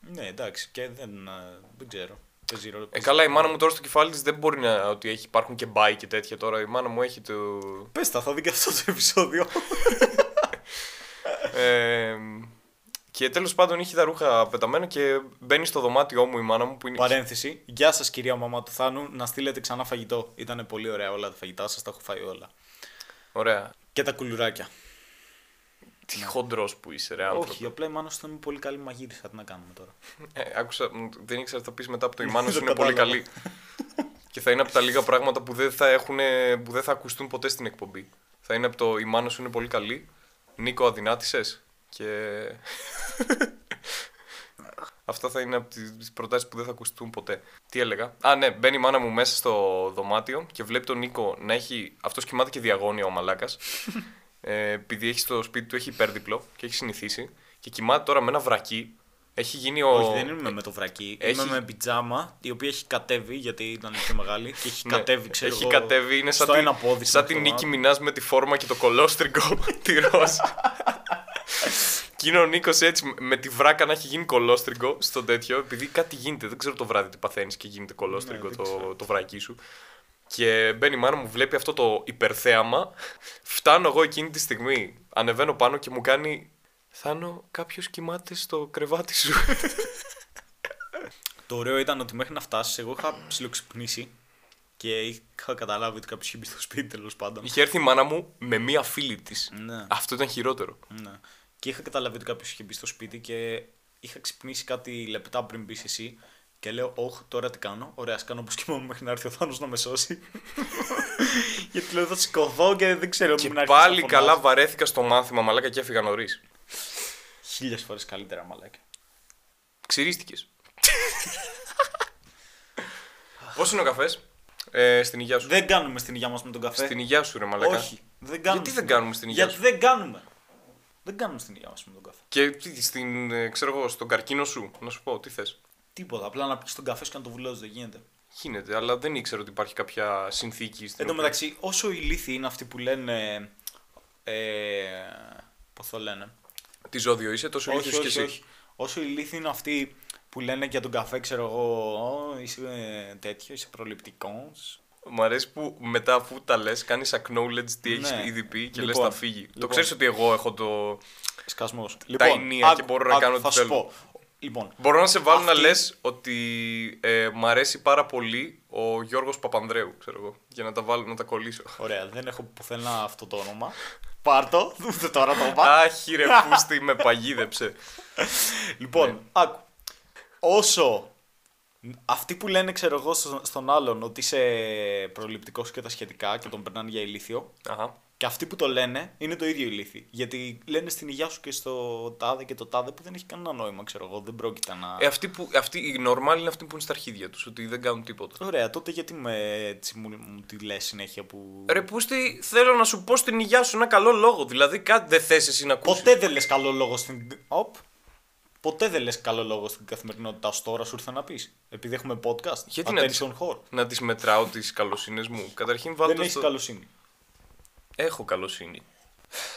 Speaker 1: Ναι, εντάξει, και δεν, ε, δεν ξέρω. Παίζει ρόλο.
Speaker 2: Ε, καλά, η μάνα μου τώρα στο κεφάλι της δεν μπορεί να. ότι έχει, υπάρχουν και μπάι και τέτοια τώρα. Η μάνα μου έχει το.
Speaker 1: Πες τα, θα δει και αυτό το επεισόδιο.
Speaker 2: Ε, και τέλος πάντων είχε τα ρούχα πεταμένα και μπαίνει στο δωμάτιό μου η μάνα μου που είναι.
Speaker 1: Παρένθεση. Γεια σας, κυρία μαμά του Θάνου, να στείλετε ξανά φαγητό. Ήταν πολύ ωραία όλα τα φαγητά σας, τα έχω φάει όλα.
Speaker 2: Ωραία.
Speaker 1: Και τα κουλουράκια.
Speaker 2: Τι χοντρός που είσαι, ρε άνθρωπο.
Speaker 1: Όχι, απλά η μάνα σου ήταν μια πολύ καλή μαγείρισα. Τι να κάνουμε τώρα.
Speaker 2: Ε, άκουσα, μ, δεν ήξερα τι θα πεις μετά από το η μάνα
Speaker 1: Δεν
Speaker 2: σου είναι πολύ
Speaker 1: κατάλαβα.
Speaker 2: καλή. και θα είναι από τα λίγα πράγματα που δεν θα, έχουν, που δεν θα ακουστούν ποτέ στην εκπομπή. Θα είναι από το η μάνα σου είναι πολύ καλή. Νίκο, αδυνάτησες. Και. Αυτά θα είναι από τις προτάσεις που δεν θα ακουστούν ποτέ. Τι έλεγα. Α, ναι, μπαίνει η μάνα μου μέσα στο δωμάτιο και βλέπει τον Νίκο να έχει. Αυτός κοιμάται και διαγώνια ο μαλάκας. ε, επειδή έχει στο σπίτι του έχει υπέρδιπλο και έχει συνηθίσει. Και κοιμάται τώρα με ένα βρακί. Έχει γίνει ο.
Speaker 1: Όχι, δεν είμαι με το βρακί.
Speaker 2: Έχει-
Speaker 1: Είμαι με πιτζάμα, η οποία έχει κατέβει γιατί ήταν πιο μεγάλη και έχει
Speaker 2: Ναι,
Speaker 1: κατέβει, ξέρω
Speaker 2: έχει
Speaker 1: εγώ,
Speaker 2: κατέβει, είναι σαν,
Speaker 1: στο
Speaker 2: τη,
Speaker 1: ένα πόδι.
Speaker 2: σαν
Speaker 1: στο
Speaker 2: τη
Speaker 1: άλλο.
Speaker 2: Νίκη Μινάς με τη φόρμα και το κολόστρικο τη ροζ. και είναι ο Νίκος έτσι με τη βράκα να έχει γίνει κολόστρικο στο τέτοιο, επειδή κάτι γίνεται. Δεν ξέρω το βράδυ τι παθαίνεις και γίνεται κολόστρικο
Speaker 1: Ναι, δεν
Speaker 2: το, το βρακί σου. Και μπαίνει η μάνα μου, βλέπει αυτό το υπερθέαμα. Φτάνω εγώ εκείνη τη στιγμή, ανεβαίνω πάνω και μου κάνει. Θάνο, κάποιος κοιμάται στο κρεβάτι σου.
Speaker 1: Το ωραίο ήταν ότι μέχρι να φτάσεις, εγώ είχα ψιλοξυπνήσει και είχα καταλάβει ότι κάποιος είχε μπει στο σπίτι τέλος πάντων.
Speaker 2: Είχε έρθει η μάνα μου με μία φίλη της.
Speaker 1: Ναι.
Speaker 2: Αυτό ήταν χειρότερο.
Speaker 1: Ναι. Και είχα καταλάβει ότι κάποιος είχε μπει στο σπίτι και είχα ξυπνήσει κάτι λεπτά πριν μπεις εσύ. Και λέω, Ωχ, τώρα τι κάνω. Ωραία, ας κάνω όπω κοιμάμαι μέχρι να έρθει ο Θάνος να με σώσει. Γιατί λέω, θα σηκωθώ και δεν ξέρω
Speaker 2: Και
Speaker 1: μην άρχισε να
Speaker 2: πάλι
Speaker 1: φωνάζει.
Speaker 2: καλά βαρέθηκα στο μάθημα, μαλάκα και έφυγα νωρίς.
Speaker 1: Χίλιες φορές καλύτερα, μαλάκα.
Speaker 2: Ξηρίστηκε. Πώς είναι ο καφές, ε, στην υγεία σου.
Speaker 1: Δεν κάνουμε στην υγεία μας με τον καφέ.
Speaker 2: Στην υγεία σου, ρε μαλάκα.
Speaker 1: Όχι. Δεν κάνουμε.
Speaker 2: Γιατί δεν κάνουμε στην υγεία
Speaker 1: Γιατί
Speaker 2: σου.
Speaker 1: δεν κάνουμε. Δεν κάνουμε στην υγεία μας με τον καφέ.
Speaker 2: Και τι, στην, ε, ξέρω εγώ, στον καρκίνο σου, να σου πω, τι θες.
Speaker 1: Τίποτα. Απλά να πεις τον καφέ σου και να το βουλώσεις δεν γίνεται.
Speaker 2: Γίνεται, αλλά δεν ήξερα ότι υπάρχει κάποια συνθήκη στην.
Speaker 1: Εν τω
Speaker 2: οποία-
Speaker 1: μεταξύ, όσο ηλίθιοι είναι αυτοί που λένε. Ε, Πώς το λένε.
Speaker 2: Τι ζώδιο είσαι, τόσο
Speaker 1: όχι,
Speaker 2: ηλίθιος
Speaker 1: όχι,
Speaker 2: κι εσύ.
Speaker 1: όχι. Όσο ηλίθιοι είναι αυτοί που λένε για τον καφέ, ξέρω εγώ, «Ω, είσαι ε, τέτοιο, είσαι προληπτικός.
Speaker 2: Μ' αρέσει που μετά αφού τα λες, κάνεις acknowledge τι έχεις
Speaker 1: Ναι.
Speaker 2: ήδη πει και λες
Speaker 1: Λοιπόν,
Speaker 2: λες θα φύγει. Το
Speaker 1: λοιπόν.
Speaker 2: ξέρεις ότι εγώ έχω το.
Speaker 1: Σκασμός.
Speaker 2: ενία και μπορώ να κάνω
Speaker 1: Λοιπόν, θα
Speaker 2: ό,τι
Speaker 1: σου
Speaker 2: θέλω.
Speaker 1: πω. Λοιπόν,
Speaker 2: Μπορώ να σε βάλω
Speaker 1: Αυτή-
Speaker 2: να λες ότι ε, μ' αρέσει πάρα πολύ ο Γιώργος Παπανδρέου, ξέρω εγώ. Για να τα βάλω, να τα κολλήσω.
Speaker 1: ωραία, δεν έχω πουθενά αυτό το όνομα. Πάρτο, ούτε τώρα το είπα.
Speaker 2: Άχι ρε φούστη, με παγίδεψε.
Speaker 1: Λοιπόν,
Speaker 2: ναι.
Speaker 1: άκου. Όσο αυτοί που λένε, ξέρω εγώ, στο- στον άλλον ότι είσαι προληπτικός και τα σχετικά και τον περνάνε για ηλίθιο,
Speaker 2: Αχα.
Speaker 1: Και αυτοί που το λένε είναι το ίδιο ηλίθι. Γιατί λένε στην υγειά σου και στο τάδε και το τάδε που δεν έχει κανένα νόημα, ξέρω εγώ. Δεν πρόκειται να.
Speaker 2: Ε, αυτοί που, αυτοί, οι normal είναι αυτοί που είναι στα αρχίδια τους, ότι δεν κάνουν τίποτα.
Speaker 1: Ωραία, τότε γιατί με έτσι μου, μου τη λες συνέχεια που.
Speaker 2: Ρε Πούστη, θέλω να σου πω στην υγειά σου ένα καλό λόγο. Δηλαδή, κάτι δεν θες εσύ να ακούσεις.
Speaker 1: Ποτέ δεν λες καλό λόγο στην. Οπ. Ποτέ δεν λες καλό λόγο στην καθημερινότητά σου τώρα, σου ήρθε να πεις. Επειδή έχουμε podcast.
Speaker 2: Γιατί να τις-
Speaker 1: Attention whore.
Speaker 2: Να τις μετράω τις καλοσύνες μου. Καταρχήν βάλω.
Speaker 1: Δεν έχει καλοσύνη.
Speaker 2: Έχω καλοσύνη.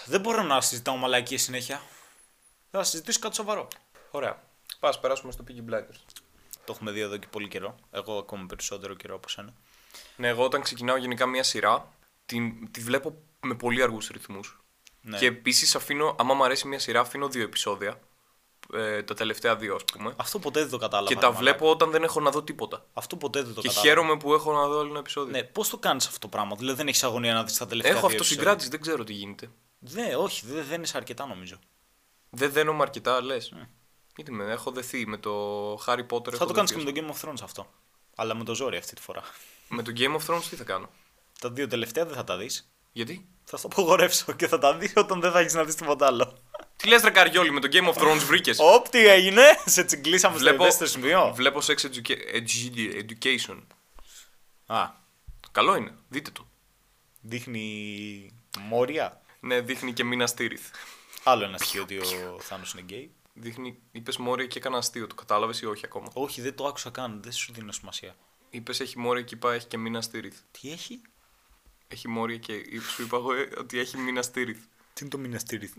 Speaker 1: Δεν μπορώ να συζητάω μαλακίες συνέχεια. Θα συζητήσω κάτι σοβαρό.
Speaker 2: Ωραία. Πας, περάσουμε στο Piggy Blinders.
Speaker 1: Το έχουμε δει εδώ και πολύ καιρό. Εγώ ακόμα περισσότερο καιρό από σένα.
Speaker 2: Ναι, εγώ όταν ξεκινάω γενικά μια σειρά, την, τη βλέπω με πολύ αργούς ρυθμούς.
Speaker 1: Ναι.
Speaker 2: Και επίσης αφήνω, άμα μου αρέσει μια σειρά, αφήνω δύο επεισόδια. Ε, τα τελευταία δύο, ας πούμε.
Speaker 1: Αυτό ποτέ δεν το κατάλαβα.
Speaker 2: και
Speaker 1: ρε
Speaker 2: τα
Speaker 1: μαλάκα.
Speaker 2: βλέπω όταν δεν έχω να δω τίποτα.
Speaker 1: Αυτό ποτέ δεν το
Speaker 2: Και
Speaker 1: κατάλαβα.
Speaker 2: χαίρομαι που έχω να δω άλλο ένα επεισόδιο.
Speaker 1: Ναι, πώς το κάνεις αυτό το πράγμα. Δηλαδή δεν έχεις αγωνία να δεις τα τελευταία.
Speaker 2: έχω
Speaker 1: δύο
Speaker 2: αυτοσυγκράτηση, δεν ξέρω τι γίνεται.
Speaker 1: επεισόδια. Ναι, όχι, δεν δεν είσαι αρκετά νομίζω.
Speaker 2: Δεν δένομαι αρκετά, λες.
Speaker 1: Ναι.
Speaker 2: Γιατί με έχω δεθεί με το Harry Potter.
Speaker 1: θα
Speaker 2: έχω
Speaker 1: το κάνεις και
Speaker 2: δεθεί,
Speaker 1: με τον Game of Thrones αυτό. Αλλά με το ζόρι αυτή τη φορά.
Speaker 2: με το Game of Thrones τι θα κάνω.
Speaker 1: Τα δύο τελευταία δεν θα τα δεις.
Speaker 2: Γιατί.
Speaker 1: Θα στο απογορεύσω και θα τα δεις όταν δεν θα έχεις να δεις τίποτα άλλο.
Speaker 2: Τι λες, Ρακαριόλη, με το Game of Thrones βρήκες.
Speaker 1: Όπ, τι έγινε! Σε τσιγκλίσαμε στο ευαίσθητο σημείο.
Speaker 2: βλέπω sex educa- edu- education.
Speaker 1: Α,
Speaker 2: Καλό είναι, δείτε το.
Speaker 1: δείχνει μόρια.
Speaker 2: Ναι, δείχνει και μήνα στήριθ.
Speaker 1: Άλλο ένα στοιχείο ότι ο Θάνος είναι γκέι.
Speaker 2: Δείχνει, είπες μόρια και έκανα αστείο, το κατάλαβες ή όχι ακόμα.
Speaker 1: Όχι, δεν το άκουσα καν, δεν σου δίνω σημασία.
Speaker 2: Είπες έχει μόρια και είπα έχει και μήνα στήριθ.
Speaker 1: Τι έχει,
Speaker 2: Έχει μόρια και σου είπα εγώ ε, ότι έχει μήνα στήριθ.
Speaker 1: Τι είναι το μηναστήρι.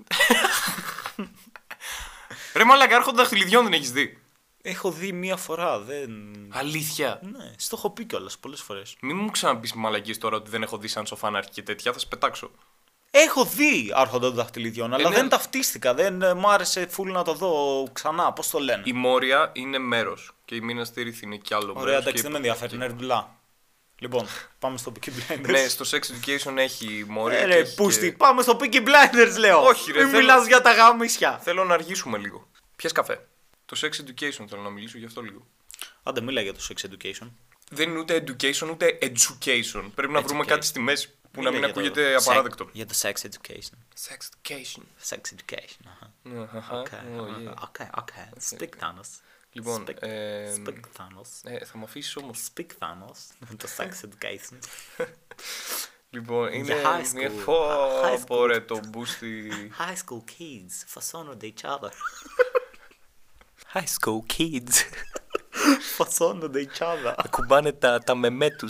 Speaker 2: Ρε μαλακά, έρχονται δαχτυλιδιών δεν έχεις δει.
Speaker 1: Έχω δει μία φορά, δεν.
Speaker 2: Αλήθεια.
Speaker 1: Ναι, στο έχω πει κιόλας πολλές φορές.
Speaker 2: Μην μου ξαναπείς μαλακίες τώρα ότι δεν έχω δει σαν σοφάναρχη και τέτοια, θα σε πετάξω.
Speaker 1: Έχω δει Άρχοντα των Δαχτυλιδιών, αλλά
Speaker 2: ναι.
Speaker 1: δεν ταυτίστηκα. Δεν ε, μ' άρεσε φουλ να το δω ξανά. Πώς το λένε.
Speaker 2: Η μόρια είναι μέρος και η μήνα στήριθ είναι κι άλλο
Speaker 1: Ωραία,
Speaker 2: μέρος
Speaker 1: εντάξει,
Speaker 2: και-
Speaker 1: δεν με ενδιαφέρει. Νερντουλά. Λοιπόν, πάμε στο Peaky Blinders.
Speaker 2: Ναι, στο sex education έχει μόρια.
Speaker 1: Ε,
Speaker 2: και
Speaker 1: ρε,
Speaker 2: έχει και-
Speaker 1: πούστη, πάμε στο Peaky Blinders, λέω.
Speaker 2: Όχι, ρε,
Speaker 1: Μην
Speaker 2: θέλω-
Speaker 1: μιλάς για τα γάμισια.
Speaker 2: Θέλω να αργήσουμε λίγο. Πιες καφέ. Το sex education θέλω να μιλήσω γι' αυτό λίγο.
Speaker 1: Άντε, μίλα για το sex education.
Speaker 2: Δεν είναι ούτε education ούτε education. Πρέπει να βρούμε
Speaker 1: Education.
Speaker 2: κάτι στη μέση που
Speaker 1: Μίλα
Speaker 2: να μην
Speaker 1: για το
Speaker 2: ακούγεται
Speaker 1: sex-
Speaker 2: απαράδεκτο.
Speaker 1: Για το sex education.
Speaker 2: Sex education.
Speaker 1: Sex education. αχα. Οκ,
Speaker 2: Αχα,
Speaker 1: οκ, οκ. Speak Thanos.
Speaker 2: Λοιπόν,
Speaker 1: Speak-
Speaker 2: ε,
Speaker 1: Speak Thanos.
Speaker 2: ε, θα με αφήσεις όμως.
Speaker 1: Speak Thanos. Το sex education.
Speaker 2: Λοιπόν, είναι
Speaker 3: high
Speaker 2: μια
Speaker 3: school.
Speaker 2: φω.
Speaker 3: High
Speaker 2: πω, ρε, το μπούστι.
Speaker 3: High school kids façoned each other. High school kids
Speaker 1: Φασώνονται οι τσάδα.
Speaker 3: κουμπάνε τα, τα μεμέ τους.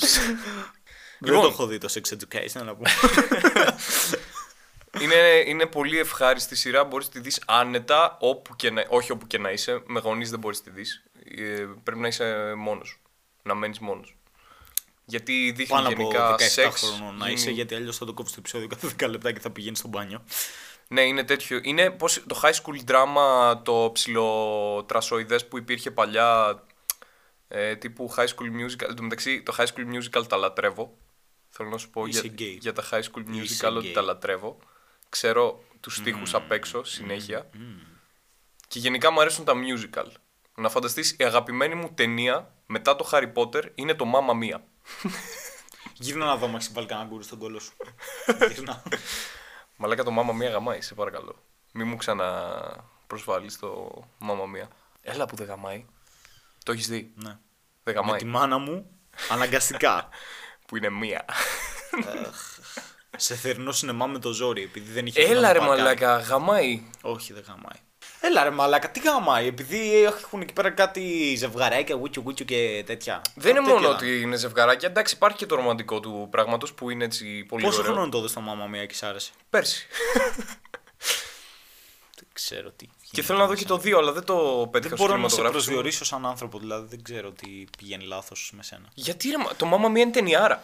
Speaker 1: Δεν το έχω δει το sex education να πούμε.
Speaker 2: είναι, είναι πολύ ευχάριστη σειρά. Μπορείς να τη δεις άνετα, όπου και να, όχι όπου και να είσαι. Με γονείς δεν μπορείς να τη δεις. πρέπει να είσαι μόνος. Να μένεις μόνος. Γιατί δείχνει
Speaker 1: Πάνω από
Speaker 2: γενικά
Speaker 1: 17
Speaker 2: σεξ.
Speaker 1: χρόνων να
Speaker 2: γίνει-
Speaker 1: είσαι, γιατί αλλιώς θα το κόψεις το επεισόδιο κάθε 10 λεπτά και θα πηγαίνει στο μπάνιο.
Speaker 2: Ναι, είναι τέτοιο. Είναι πώς, το high school drama, το ψηλοτρασοειδές που υπήρχε παλιά, ε, τύπου high school musical. Εν τω μεταξύ, το high school musical τα λατρεύω. Θέλω να σου πω
Speaker 1: Είσαι
Speaker 2: για,
Speaker 1: gay.
Speaker 2: για τα high school
Speaker 1: Είσαι
Speaker 2: musical ότι
Speaker 1: gay.
Speaker 2: τα λατρεύω. Ξέρω τους στίχους απ' έξω συνέχεια. Και γενικά μου αρέσουν τα musical. Να φανταστείς, η αγαπημένη μου ταινία μετά το Harry Potter είναι το Mamma Mia.
Speaker 1: Γύρνα να δω, μα έχει βάλει κανένα γκούρι στον κόλο σου. Γύρνα.
Speaker 2: Μαλάκα το Μάμα Μία γαμάει, σε παρακαλώ. Μη μου ξαναπροσβάλλεις το Μάμα Μία. Έλα που δεν γαμάει. Το έχεις δει.
Speaker 1: Ναι.
Speaker 2: Δεν
Speaker 1: Με
Speaker 2: γαμάει.
Speaker 1: τη μάνα μου, αναγκαστικά.
Speaker 2: Που είναι μία.
Speaker 1: Σε θερινό σινεμά με το ζόρι, επειδή δεν είχε
Speaker 2: Έλα
Speaker 1: να
Speaker 2: ρε
Speaker 1: πάει κάτι.
Speaker 2: μαλάκα, γαμάει.
Speaker 1: Όχι, δεν γαμάει. Έλα ρε μαλάκα, τι γαμάει, επειδή έχουν εκεί πέρα κάτι ζευγαράκια, γουίτσου γουίτσου και τέτοια.
Speaker 2: Δεν είναι
Speaker 1: Τέτοια
Speaker 2: μόνο
Speaker 1: να-
Speaker 2: ότι είναι ζευγαράκια. Εντάξει, υπάρχει και το ρομαντικό του πράγματος που είναι έτσι πολύ
Speaker 1: Πόσο
Speaker 2: ωραίο.
Speaker 1: χρόνο το δες στο μάμα μία και σ' άρεσε.
Speaker 2: Πέρσι.
Speaker 1: Δεν ξέρω τι.
Speaker 2: και θέλω να δω και το δύο, αλλά δεν το πέτυχα
Speaker 1: Δεν
Speaker 2: στο
Speaker 1: μπορώ να σε
Speaker 2: κινηματογράφο.
Speaker 1: προσδιορίσω σαν άνθρωπο, δηλαδή δεν ξέρω τι πηγαίνει λάθος με σένα.
Speaker 2: Γιατί ρε, μα- το Μάμα Μία είναι ταινιάρα.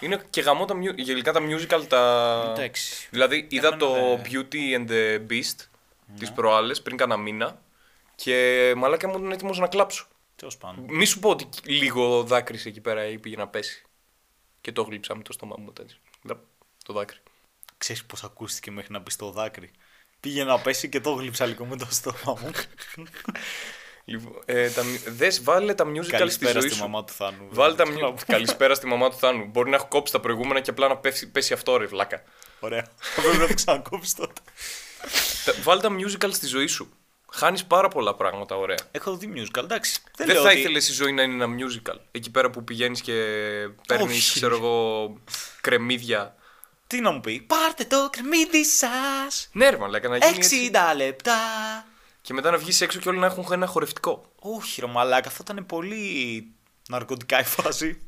Speaker 2: Είναι και γαμό τα, mu- γενικά τα musical τα...
Speaker 1: Εντάξει.
Speaker 2: Δηλαδή είδα
Speaker 1: Εμένα
Speaker 2: το
Speaker 1: δεν-
Speaker 2: Beauty and the Beast τις προάλλες πριν κάνα μήνα και μαλάκα μου ήταν έτοιμος να κλάψω.
Speaker 1: Τέλος πάντων.
Speaker 2: Μη σου πω ότι λίγο δάκρυσε εκεί πέρα ή πήγε να πέσει. Και το γλύψα με το στόμα μου έτσι. Λαπ, Το δάκρυ.
Speaker 1: Ξέρεις πώς ακούστηκε μέχρι να μπει στο δάκρυ. Πήγε να πέσει και το γλύψα λίγο με το στόμα μου.
Speaker 2: Λοιπόν, ε, τα μι- δες, βάλε τα musical στη
Speaker 1: Καλησπέρα
Speaker 2: ζωή
Speaker 1: στη
Speaker 2: σου.
Speaker 1: μαμά του Θάνου.
Speaker 2: Βάλε τα μυ- Καλησπέρα στη μαμά του Θάνου. Μπορεί να έχω κόψει τα προηγούμενα και απλά να πέσει, πέσει αυτό ρε βλάκα.
Speaker 1: Ωραία. Θα πρέπει να το ξανακόψεις τότε.
Speaker 2: Τα- Βάλε τα musical στη ζωή σου. Χάνεις πάρα πολλά πράγματα ωραία.
Speaker 1: Έχω δει musical, εντάξει.
Speaker 2: Δεν,
Speaker 1: λέω
Speaker 2: θα
Speaker 1: ότι-
Speaker 2: ήθελες η ζωή να είναι ένα musical. Εκεί πέρα που πηγαίνεις και παίρνεις,
Speaker 1: Όχι.
Speaker 2: ξέρω εγώ, κρεμμύδια.
Speaker 1: Τι να μου πει. Πάρτε το κρεμμύδι σας.
Speaker 2: Ναι, ρε, μαλάκα, να γίνει. έτσι.
Speaker 1: 60 λεπτά.
Speaker 2: Και μετά να βγεις έξω και όλοι να έχουν ένα χορευτικό.
Speaker 1: Όχι, ρε μαλάκα, αυτό ήταν πολύ ναρκωτικά η φάση.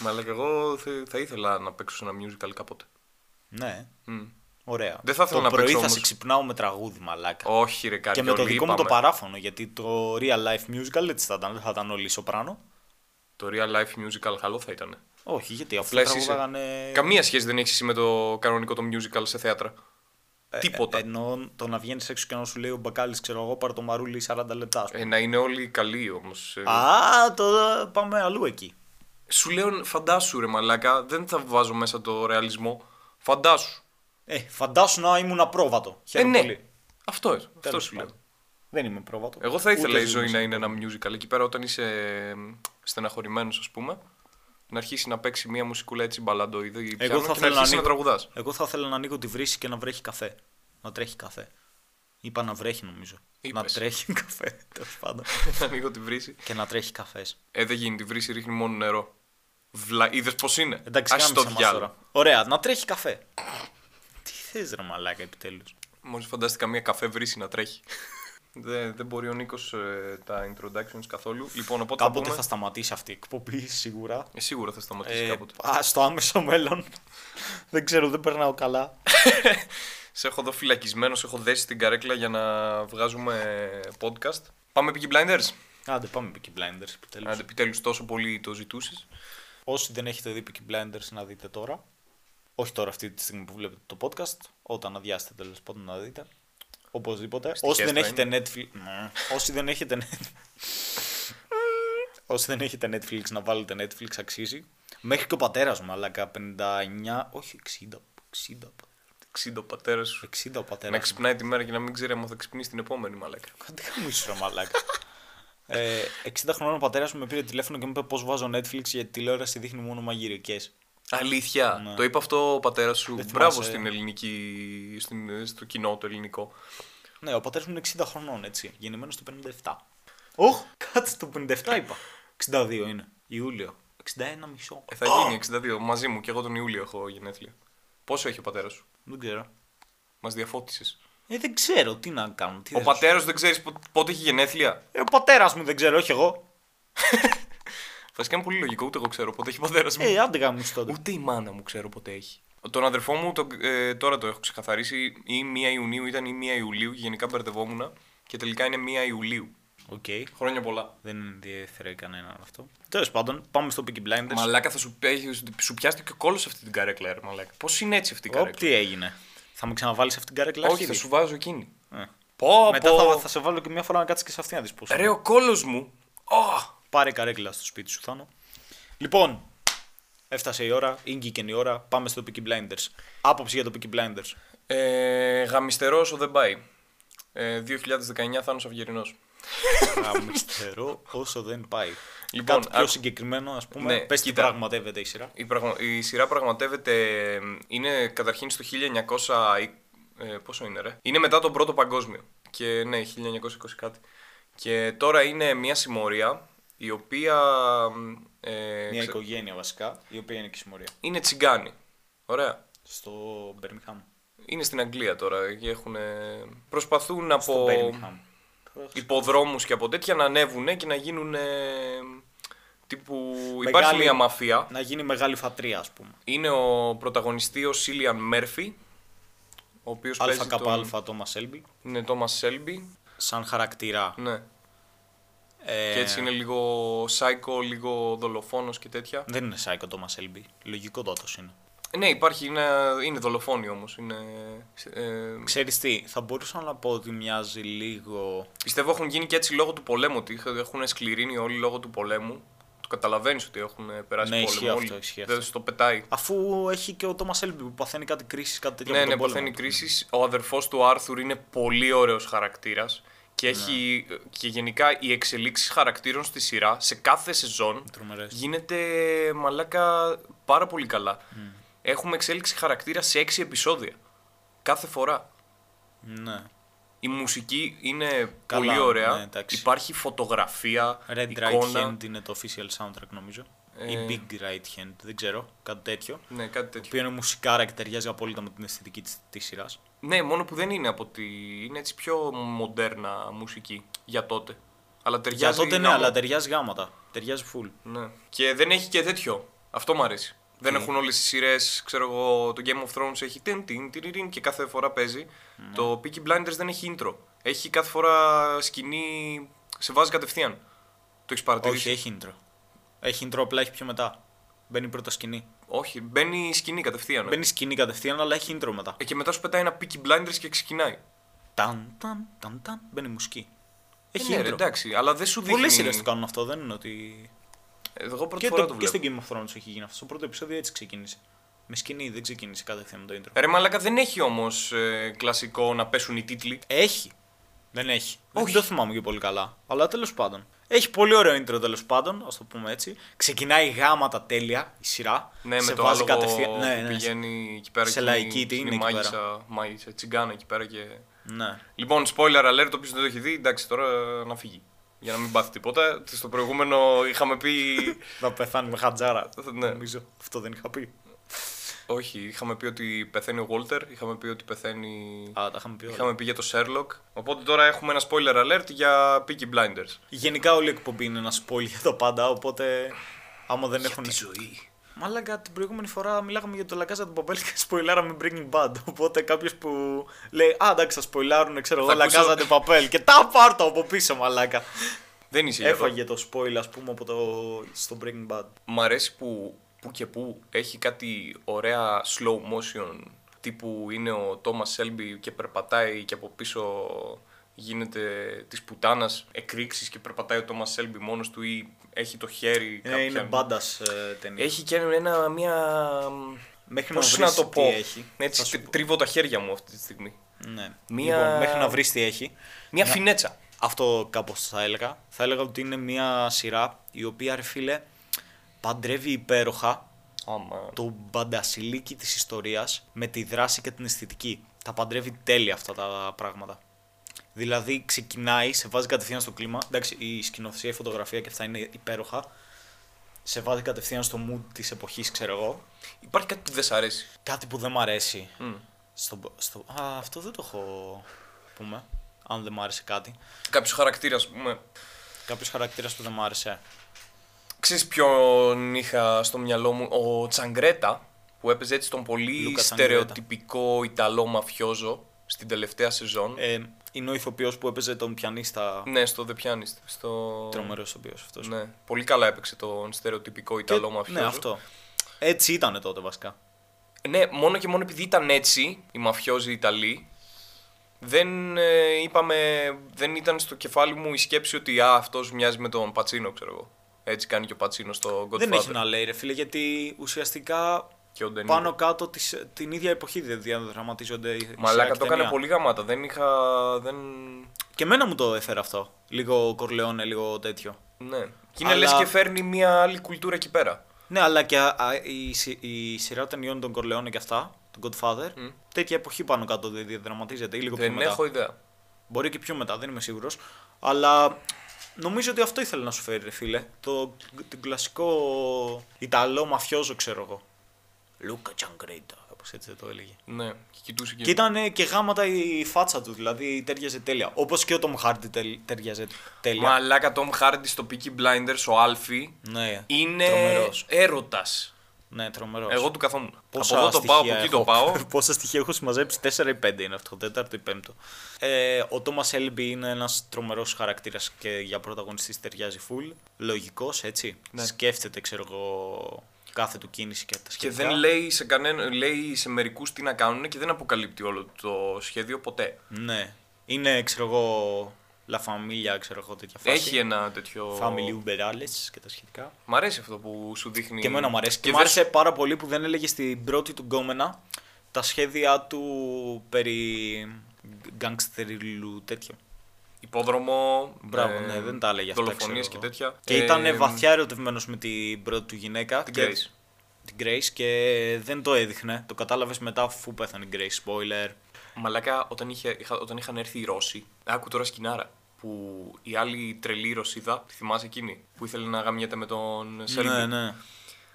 Speaker 2: Μαλάκα, εγώ θε- θα ήθελα να παίξω σε ένα musical κάποτε.
Speaker 1: ναι,
Speaker 2: Μμ.
Speaker 1: ωραία.
Speaker 2: Δεν θα ήθελα
Speaker 1: το
Speaker 2: να
Speaker 1: πρωί
Speaker 2: παίξω
Speaker 1: θα
Speaker 2: όμως.
Speaker 1: σε ξυπνάω με τραγούδι, μαλάκα.
Speaker 2: Όχι, ρε, κάτι
Speaker 1: και με το
Speaker 2: όλοι
Speaker 1: δικό μου το
Speaker 2: είπαμε.
Speaker 1: παράφωνο, γιατί το real life musical έτσι θα ήταν, δεν θα ήταν όλοι σοπράνο.
Speaker 2: Το real life musical καλό θα ήταν.
Speaker 1: Όχι, γιατί αφού
Speaker 2: Απλά εσύ είσαι-
Speaker 1: τραγουδάγανε.
Speaker 2: Καμία σχέση δεν έχεις εσύ με το κανονικό το musical σε θέατρα.
Speaker 1: Ε,
Speaker 2: Τίποτα.
Speaker 1: ε, ενώ το να βγαίνεις έξω και να σου λέει ο Μπακάλι, ξέρω εγώ, πάρ το μαρούλι 40 λεπτά. ας πούμε.
Speaker 2: Ε, να είναι όλοι καλοί ε. όμω.
Speaker 1: Α, το πάμε αλλού εκεί.
Speaker 2: Σου λέω, φαντάσου ρε μαλάκα, δεν θα βάζω μέσα το ρεαλισμό. Φαντάσου.
Speaker 1: Ε, φαντάσου να ήμουν απρόβατο. Χαίρομαι
Speaker 2: ε, ναι.
Speaker 1: πολύ.
Speaker 2: Αυτό, ε, αυτό
Speaker 1: Τέλος
Speaker 2: σου λέω.
Speaker 1: πάντων. Δεν είμαι πρόβατο.
Speaker 2: Εγώ θα ήθελα
Speaker 1: Ούτε
Speaker 2: η ζωή
Speaker 1: ζούμε.
Speaker 2: να είναι ένα musical. Εκεί πέρα όταν είσαι στεναχωρημένος, ας πούμε, να αρχίσει να παίξει μια μουσικούλα έτσι μπαλάντο ή πιάνο
Speaker 1: Εγώ θα
Speaker 2: και να
Speaker 1: ήθελα να,
Speaker 2: αρχίσει να,
Speaker 1: ανοίγω...
Speaker 2: τραγουδάς.
Speaker 1: Εγώ θα ήθελα να ανοίγω τη βρύση και να βρέχει καφέ. Να τρέχει καφέ. Είπα να βρέχει νομίζω.
Speaker 2: Είπες.
Speaker 1: Να τρέχει καφέ. Τέλος πάντων.
Speaker 2: να ανοίγω τη βρύση.
Speaker 1: και να τρέχει καφές.
Speaker 2: Ε, δεν γίνει, τη βρύση ρίχνει μόνο νερό. Βλα... Είδες πώς είναι.
Speaker 1: Εντάξει,
Speaker 2: Ας
Speaker 1: κάνε
Speaker 2: το
Speaker 1: το τώρα. Ωραία, να τρέχει καφέ. Τι θες, ρε Μαλάκα, επιτέλους.
Speaker 2: Μόλις φαντάστηκα μια καφέ βρύση να τρέχει. δεν, δεν μπορεί ο Νίκος τα introductions καθόλου. Λοιπόν, οπότε θα
Speaker 1: Κάποτε
Speaker 2: πούμε-
Speaker 1: θα σταματήσει αυτή η εκπομπή σίγουρα.
Speaker 2: Ε, σίγουρα θα σταματήσει
Speaker 1: Ε,
Speaker 2: κάποτε.
Speaker 1: α, στο άμεσο μέλλον. δεν ξέρω, δεν περνάω καλά.
Speaker 2: Σε έχω εδώ φυλακισμένος, σε έχω δέσει την καρέκλα για να βγάζουμε podcast. Πάμε Peaky Blinders.
Speaker 1: Άντε, πάμε Peaky Blinders επιτέλους.
Speaker 2: Αν επιτέλους τόσο πολύ το ζητούσες.
Speaker 1: Όσοι δεν έχετε δει Peaky Blinders να δείτε τώρα. Όχι τώρα αυτή τη στιγμή που βλέπετε το podcast. Όταν αδειάσετε τέλος πάντων να δείτε. Οπωσδήποτε. Όσοι δεν,
Speaker 2: θα
Speaker 1: έχετε Netflix... Ναι. Όσοι δεν έχετε Netflix... Όσοι δεν έχετε Netflix να βάλετε Netflix αξίζει. Μέχρι και ο πατέρας μου, αλλά 59, όχι 60. 60,
Speaker 2: 60 ο πατέρας σου.
Speaker 1: 60 ο πατέρας
Speaker 2: Να
Speaker 1: μου.
Speaker 2: ξυπνάει τη μέρα και να μην ξέρει αν θα ξυπνήσει την επόμενη μαλάκα.
Speaker 1: Κάτι χαμίσου, ρε μαλάκα. ε, 60 χρόνων ο πατέρας μου με πήρε τηλέφωνο και μου είπε πώς βάζω Netflix γιατί η τηλεόραση δείχνει μόνο μαγειρικές.
Speaker 2: Αλήθεια. Το είπε αυτό ο πατέρας σου.
Speaker 1: Ναι. Δεν θυμάσαι,
Speaker 2: Μπράβο
Speaker 1: ε.
Speaker 2: στην ελληνική, στην, στο κοινό το ελληνικό.
Speaker 1: Ναι, ο πατέρας μου είναι 60 χρονών, έτσι. Γεννημένος το 57. Οχ, κάτσε το 57 είπα. 62 είναι. Ιούλιο. 61 μισό.
Speaker 2: Ε, θα γίνει 62 μαζί μου και εγώ τον Ιούλιο έχω γενέθλια. Πόσο έχει ο πατέρας σου.
Speaker 1: Δεν ξέρω.
Speaker 2: Μας διαφώτισες.
Speaker 1: Ε, δεν ξέρω τι να κάνω. Τι θα
Speaker 2: Ο
Speaker 1: σου-
Speaker 2: πατέρας δεν ξέρεις πότε έχει γενέθλια.
Speaker 1: Ε, ο πατέρας μου δεν ξέρω, όχι εγώ.
Speaker 2: Βασικά είναι πολύ λογικό, ούτε εγώ ξέρω πότε έχει ο πατέρα μου.
Speaker 1: Ε, άντε γάμισε τότε.
Speaker 2: Ούτε η μάνα μου ξέρω πότε έχει. Τον αδερφό μου τον, ε, τώρα το έχω ξεκαθαρίσει. Ή 1 Ιουνίου ήταν ή 1 Ιουλίου. Γενικά μπερδευόμουν. Και τελικά είναι 1 Ιουλίου.
Speaker 1: Οκ.
Speaker 2: Χρόνια πολλά.
Speaker 1: Δεν ενδιαφέρει κανέναν αυτό. Τέλος πάντων, πάμε στο Peaky Blinders.
Speaker 2: Μαλάκα θα σου, έχει- σου πιάστηκε ο κόλλος αυτή την καρέκλα, ρε, μαλάκα. Πώς είναι έτσι αυτή η
Speaker 1: Οπ,
Speaker 2: καρέκλα.
Speaker 1: τι έγινε. Θα με ξαναβάλει αυτήν την καρέκλα
Speaker 2: Όχι, θα
Speaker 1: αρχίδι?
Speaker 2: σου βάζω εκείνη.
Speaker 1: Ε.
Speaker 2: Πω,
Speaker 1: Μετά
Speaker 2: πω.
Speaker 1: θα, θα σε βάλω και μια φορά να κάτσεις και σε αυτή να δεις πώς.
Speaker 2: Ρε, ο κόλλος μου. Ω!
Speaker 1: Πάρε καρέκλα στο σπίτι σου, Θάνο. Λοιπόν, έφτασε η ώρα, ίγκη και η ώρα, πάμε στο Peaky Blinders. Άποψη για το Peaky Blinders.
Speaker 2: Ε, γαμιστερός ο δεν πάει. Ε, 2019 Θάνος Αυγερινός.
Speaker 1: Γαμιστερό όσο δεν πάει.
Speaker 2: Λοιπόν,
Speaker 1: Κάτι πιο
Speaker 2: άκου-
Speaker 1: συγκεκριμένο, ας πούμε,
Speaker 2: Ναι,
Speaker 1: πες τι
Speaker 2: κοίτα.
Speaker 1: πραγματεύεται η σειρά.
Speaker 2: Η, πραγμα- η σειρά πραγματεύεται. ε, Είναι καταρχήν στο 1900. ή- Ε, πόσο είναι, ρε. Είναι μετά τον Πρώτο Παγκόσμιο. Και ναι, 1920 κάτι. Και τώρα είναι μια συμμορία η οποία. Ε,
Speaker 1: Μια
Speaker 2: ξε-
Speaker 1: οικογένεια βασικά, η οποία είναι και η συμμορία.
Speaker 2: Είναι τσιγκάνη. Ωραία.
Speaker 1: Στο Μπέρμιχαμ.
Speaker 2: Είναι στην Αγγλία τώρα και έχουν. ε, Προσπαθούν από.
Speaker 1: Στο Birmingham.
Speaker 2: υποδρόμους και από τέτοια να ανέβουν και να γίνουν ε, τύπου...
Speaker 1: Μεγάλη-
Speaker 2: Υπάρχει μια μαφία.
Speaker 1: Να γίνει μεγάλη φατρία, ας πούμε.
Speaker 2: Είναι ο πρωταγωνιστής ο Σίλιαν Μέρφυ, ο οποίος παίζει τον...
Speaker 1: ΑΚΑ, Τόμα Σέλμπι.
Speaker 2: Είναι Τόμας Σέλμπι.
Speaker 1: Σαν χαρακτήρα.
Speaker 2: Ναι.
Speaker 1: Ε,
Speaker 2: Και έτσι είναι λίγο psycho, λίγο δολοφόνος και τέτοια.
Speaker 1: Δεν είναι σάικο Τόμα Σέλμπι. Λογικό τότο είναι.
Speaker 2: Ναι, υπάρχει, είναι, είναι δολοφόνοι όμως. Είναι, ε,
Speaker 1: Ξέρεις τι, θα μπορούσα να πω ότι μοιάζει λίγο.
Speaker 2: πιστεύω έχουν γίνει και έτσι λόγω του πολέμου, ότι είχα- έχουν σκληρύνει όλοι λόγω του πολέμου. Το καταλαβαίνεις ότι έχουν ε, περάσει
Speaker 1: Ναι, ισχύει
Speaker 2: πόλεμο.
Speaker 1: αυτό,
Speaker 2: όλοι.
Speaker 1: ισχύει
Speaker 2: Δεν
Speaker 1: αυτό.
Speaker 2: στο πετάει.
Speaker 1: Αφού έχει και ο Τόμα Έλμπι που παθαίνει κάτι κρίση, κάτι τέτοιο.
Speaker 2: Ναι,
Speaker 1: από
Speaker 2: ναι,
Speaker 1: τον πόλεμο.
Speaker 2: παθαίνει κρίση. Ο αδερφός του Άρθουρ είναι πολύ ωραίος χαρακτήρας. Και, έχει,
Speaker 1: Ναι.
Speaker 2: και γενικά οι εξελίξεις χαρακτήρων στη σειρά σε κάθε σεζόν
Speaker 1: Τρομερές.
Speaker 2: γίνεται μαλάκα πάρα πολύ καλά. Έχουμε εξέλιξη χαρακτήρα σε έξι επεισόδια. Κάθε φορά.
Speaker 1: Ναι.
Speaker 2: Η μουσική είναι
Speaker 1: Καλά,
Speaker 2: πολύ ωραία.
Speaker 1: ναι, εντάξει.
Speaker 2: Υπάρχει φωτογραφία,
Speaker 1: Red Right
Speaker 2: εικόνα. Ε.
Speaker 1: Hand είναι το official soundtrack νομίζω. Ή Big Right Hand, δεν ξέρω, κάτι τέτοιο. Το
Speaker 2: Ναι, κάτι τέτοιο.
Speaker 1: οποίο είναι μουσικάρα και ταιριάζει απόλυτα με την αισθητική της, της σειράς.
Speaker 2: Ναι, μόνο που δεν είναι από τη... Είναι έτσι πιο μοντέρνα μουσική για τότε. Αλλά
Speaker 1: Για
Speaker 2: ταιριάζει...
Speaker 1: τότε ναι,
Speaker 2: γάμο.
Speaker 1: αλλά ταιριάζει γάματα. Ταιριάζει full.
Speaker 2: Ναι. Και δεν έχει και τέτοιο. Αυτό μου αρέσει. Δεν έχουν όλες τι σειρές, ξέρω εγώ, το Game of Thrones έχει τιν τιν τιριριν και κάθε φορά παίζει.
Speaker 1: Ναι.
Speaker 2: Το Peaky Blinders δεν έχει intro. Έχει κάθε φορά σκηνή. Σε βάζει κατευθείαν. Το έχεις παρατηρήσει.
Speaker 1: Όχι, έχει intro. Έχει intro, απλά έχει πιο μετά. Μπαίνει πρώτα σκηνή.
Speaker 2: Όχι, μπαίνει η σκηνή κατευθείαν.
Speaker 1: Μπαίνει σκηνή κατευθείαν, αλλά έχει intro μετά.
Speaker 2: Ε, και μετά σου πετάει ένα Peaky Blinders και ξεκινάει.
Speaker 1: Ταν, ταν, ταν, ταν, μπαίνει μουσική. Έχει
Speaker 2: Ε, ναι, ρε,
Speaker 1: intro.
Speaker 2: εντάξει, αλλά δεν σου δείχνει.
Speaker 1: Πολλέ σειρές το κάνουν αυτό, δεν είναι ότι.
Speaker 2: Εγώ πρώτη
Speaker 1: Και,
Speaker 2: φορά
Speaker 1: το,
Speaker 2: το,
Speaker 1: και
Speaker 2: βλέπω.
Speaker 1: στο Game of Thrones έχει γίνει αυτό. Στο πρώτο επεισόδιο έτσι ξεκίνησε. Με σκηνή, δεν ξεκίνησε κατευθείαν με το intro.
Speaker 2: Ρε μαλάκα δεν έχει όμως κλασικό να πέσουν οι τίτλοι.
Speaker 1: Έχει. Δεν έχει. Όχι. Δεν το θυμάμαι και πολύ καλά. Αλλά τέλος πάντων. Έχει πολύ ωραίο intro τέλος πάντων, ας το πούμε έτσι. Ξεκινάει γάματα τέλεια η σειρά.
Speaker 2: Ναι,
Speaker 1: σε
Speaker 2: με το
Speaker 1: βάζει
Speaker 2: άλογο
Speaker 1: κατευθείαν. Ναι,
Speaker 2: που
Speaker 1: ναι.
Speaker 2: πηγαίνει εκεί πέρα
Speaker 1: Σε
Speaker 2: και
Speaker 1: λαϊκή,
Speaker 2: είναι-
Speaker 1: τι είναι
Speaker 2: η
Speaker 1: εκεί
Speaker 2: μάγισσα, μάγισσα, τσιγκάνα εκεί πέρα και...
Speaker 1: ναι.
Speaker 2: Λοιπόν, spoiler alert, όποιος δεν το έχει δει, εντάξει, τώρα να φύγει. Για να μην πάθει τίποτα. Στο προηγούμενο είχαμε πει...
Speaker 1: Θα πεθάνει με χατζάρα.
Speaker 2: Ναι.
Speaker 1: Νομίζω. Αυτό δεν είχα πει.
Speaker 2: Όχι, είχαμε πει ότι πεθαίνει ο Walter, είχαμε πει ότι πεθαίνει...
Speaker 1: Α, τα είχαμε πει όλα.
Speaker 2: Είχαμε πει για το Sherlock. Οπότε τώρα έχουμε ένα spoiler alert για Peaky Blinders.
Speaker 1: Γενικά όλη η εκπομπή είναι ένα spoil για τα πάντα, οπότε άμα δεν έχουν.
Speaker 2: ζωή.
Speaker 1: Μαλάκα την προηγούμενη φορά μιλάγαμε για το Λακάζα του Παπέλ και σποιλάραμε Breaking Bad. Οπότε κάποιος που λέει Α, εντάξει, θα σποιλάρουν, ξέρω εγώ,
Speaker 2: Θα ακούσω-
Speaker 1: Λακάζα του Παπέλ. Και τα πάρτο από πίσω, μαλάκα.
Speaker 2: Δεν είσαι για αυτό.
Speaker 1: Έφαγε το spoil, ας πούμε, από το... στο Breaking Bad.
Speaker 2: Μ' αρέσει που, που και που έχει κάτι ωραία slow motion τύπου είναι ο Τόμας Σέλμπι και περπατάει και από πίσω γίνεται της πουτάνας εκρήξεις και περπατάει ο Τόμας Σέλμπι μόνος του ή έχει το χέρι
Speaker 1: Είναι, Ε, είναι μπάντας ε, ταινία.
Speaker 2: Έχει και ένα, μια...
Speaker 1: Μέχρι να
Speaker 2: Πώς
Speaker 1: βρεις
Speaker 2: να το
Speaker 1: τι
Speaker 2: πω.
Speaker 1: έχει,
Speaker 2: Έτσι,
Speaker 1: θα σου
Speaker 2: τρι-
Speaker 1: πω.
Speaker 2: τρίβω τα χέρια μου αυτή τη στιγμή.
Speaker 1: Ναι.
Speaker 2: Μία-
Speaker 1: Λοιπόν, μέχρι να βρεις τι έχει.
Speaker 2: Μια φινέτσα.
Speaker 1: Αυτό κάπως θα έλεγα. Θα έλεγα ότι είναι μια σειρά η οποία, ρε φίλε, παντρεύει υπέροχα
Speaker 2: Άμα.
Speaker 1: το μπαντασιλίκι της ιστορίας με τη δράση και την αισθητική. Τα παντρεύει τέλεια αυτά τα πράγματα. Δηλαδή ξεκινάει, σε βάζει κατευθείαν στο κλίμα. Εντάξει, η σκηνοθεσία, η φωτογραφία και αυτά είναι υπέροχα. Σε βάζει κατευθείαν στο mood της εποχής, ξέρω εγώ.
Speaker 2: Υπάρχει κάτι που δεν σ' αρέσει.
Speaker 1: Κάτι που δεν μ' αρέσει.
Speaker 2: Μμ.
Speaker 1: Στο, στο, α, αυτό δεν το έχω πούμε. Αν δεν μ' άρεσε κάτι.
Speaker 2: Κάποιος χαρακτήρας, ας πούμε,
Speaker 1: Κάποιος χαρακτήρας που δεν μ' άρεσε.
Speaker 2: Ξέρεις ποιον είχα στο μυαλό μου, ο Τσαγκρέτα, που έπαιζε έτσι τον πολύ
Speaker 1: Λούκα Τσαγκρέτα.
Speaker 2: στερεοτυπικό Ιταλό μαφιόζο στην τελευταία σεζόν.
Speaker 1: Ε, είναι ο ηθοποιός που έπαιζε τον πιανίστα.
Speaker 2: Ναι, στο The Pianist. Στο...
Speaker 1: Τρομερός ηθοποιός αυτός.
Speaker 2: Ναι, ε. πολύ καλά έπαιξε τον στερεοτυπικό
Speaker 1: Και-
Speaker 2: Ιταλό μαφιόζο.
Speaker 1: Ναι, αυτό. Έτσι ήταν τότε βασικά.
Speaker 2: Ναι, μόνο και μόνο επειδή ήταν έτσι οι μαφιόζοι Ιταλοί, δεν, ε, είπαμε, δεν ήταν στο κεφάλι μου η σκέψη ότι α, αυτός μοιάζει με τον Πατσίνο, ξέρω εγώ. Έτσι κάνει και ο Πατσίνο στο Godfather.
Speaker 1: Δεν έχει να λέει, ρε φίλε, γιατί ουσιαστικά
Speaker 2: Και ο De Niro.
Speaker 1: πάνω κάτω της, την ίδια εποχή δεν διαδραματίζονται οι οι
Speaker 2: Μαλάκα
Speaker 1: σειρά
Speaker 2: το
Speaker 1: και
Speaker 2: έκανε
Speaker 1: ταινία.
Speaker 2: πολύ γαμάτα. Δεν είχα. Δεν...
Speaker 1: Και εμένα μου το έφερε αυτό. Λίγο κορλαιόνε, λίγο τέτοιο.
Speaker 2: Ναι. Και είναι
Speaker 1: Αλλά-
Speaker 2: λες και φέρνει μια άλλη κουλτούρα εκεί πέρα.
Speaker 1: Ναι, αλλά και α, α, η, συ- η σειρά ταινιών των Κορλαιόνε και αυτά, τον Godfather, τέτοια εποχή πάνω κάτω δεν διαδραματίζεται ή λίγο
Speaker 2: δεν
Speaker 1: πιο μετά.
Speaker 2: έχω ιδέα.
Speaker 1: Μπορεί και πιο μετά, δεν είμαι σίγουρος. Αλλά νομίζω ότι αυτό ήθελε να σου φέρει, ρε φίλε. Το, την κλασικό Ιταλό μαφιόζο, ξέρω εγώ. Λούκα Τσαγκρέιτα, κάπω έτσι δεν το έλεγε.
Speaker 2: Ναι, και κοιτούσε και.
Speaker 1: Και ήταν και γάματα η φάτσα του, δηλαδή τέριαζε τέλεια. Όπως και ο Τόμ Χάρντι τελ- τέριαζε τέλεια.
Speaker 2: Μαλάκα Tom Hardy στο Peaky Blinders, ο Άλφι,
Speaker 1: Ναι,
Speaker 2: είναι
Speaker 1: τρομερός.
Speaker 2: έρωτας.
Speaker 1: Ναι, τρομερός.
Speaker 2: Εγώ του καθόμουν. από εδώ το πάω, από εκεί το πάω.
Speaker 1: Πόσα στοιχεία έχω συμμαζέψει, 4 ή 5 είναι αυτό, το τέταρτο ή πέμπτο. Ε, ο Τόμας Έλμπι είναι ένας τρομερός χαρακτήρας και για πρωταγωνιστής ταιριάζει full. Λογικός, έτσι. Σκέφτεται, ξέρω εγώ, κάθε του κίνηση και τα
Speaker 2: και
Speaker 1: σχετικά.
Speaker 2: δεν λέει σε, κανένα, λέει σε μερικούς τι να κάνουν και δεν αποκαλύπτει όλο το σχέδιο ποτέ.
Speaker 1: Ναι. Είναι, ξέρω εγώ, La Familia, ξέρω εγώ, τέτοια φάση.
Speaker 2: Έχει ένα τέτοιο...
Speaker 1: Family Uberales και τα σχετικά.
Speaker 2: Μ' αρέσει αυτό που σου δείχνει.
Speaker 1: Και εμένα μου αρέσει. Και,
Speaker 2: Και
Speaker 1: μου
Speaker 2: δεν
Speaker 1: άρεσε πάρα πολύ που δεν έλεγε στην πρώτη του γκόμενα τα σχέδιά του περί γκάγκστεριλου τέτοιο.
Speaker 2: Υπόδρομο.
Speaker 1: Μπράβο, ναι, δεν τα έλεγε αυτά,
Speaker 2: Δολοφονίες
Speaker 1: ξέρω
Speaker 2: Ε, και
Speaker 1: εγώ.
Speaker 2: τέτοια.
Speaker 1: Και
Speaker 2: Ε,
Speaker 1: ήταν βαθιά ερωτευμένος με την πρώτη του γυναίκα.
Speaker 2: Την
Speaker 1: και-
Speaker 2: Grace.
Speaker 1: Την Grace και δεν το έδειχνε. Το κατάλαβες μετά αφού πέθανε η Grace. Spoiler.
Speaker 2: Μαλάκα, όταν, είχε, είχα- όταν είχαν έρθει οι Ρώσοι, άκου τώρα σκηνάρα. Που η άλλη τρελή Ρωσίδα, τη θυμάσαι εκείνη, που ήθελε να γαμιέται με τον Σέλβι.
Speaker 1: Ναι, ναι.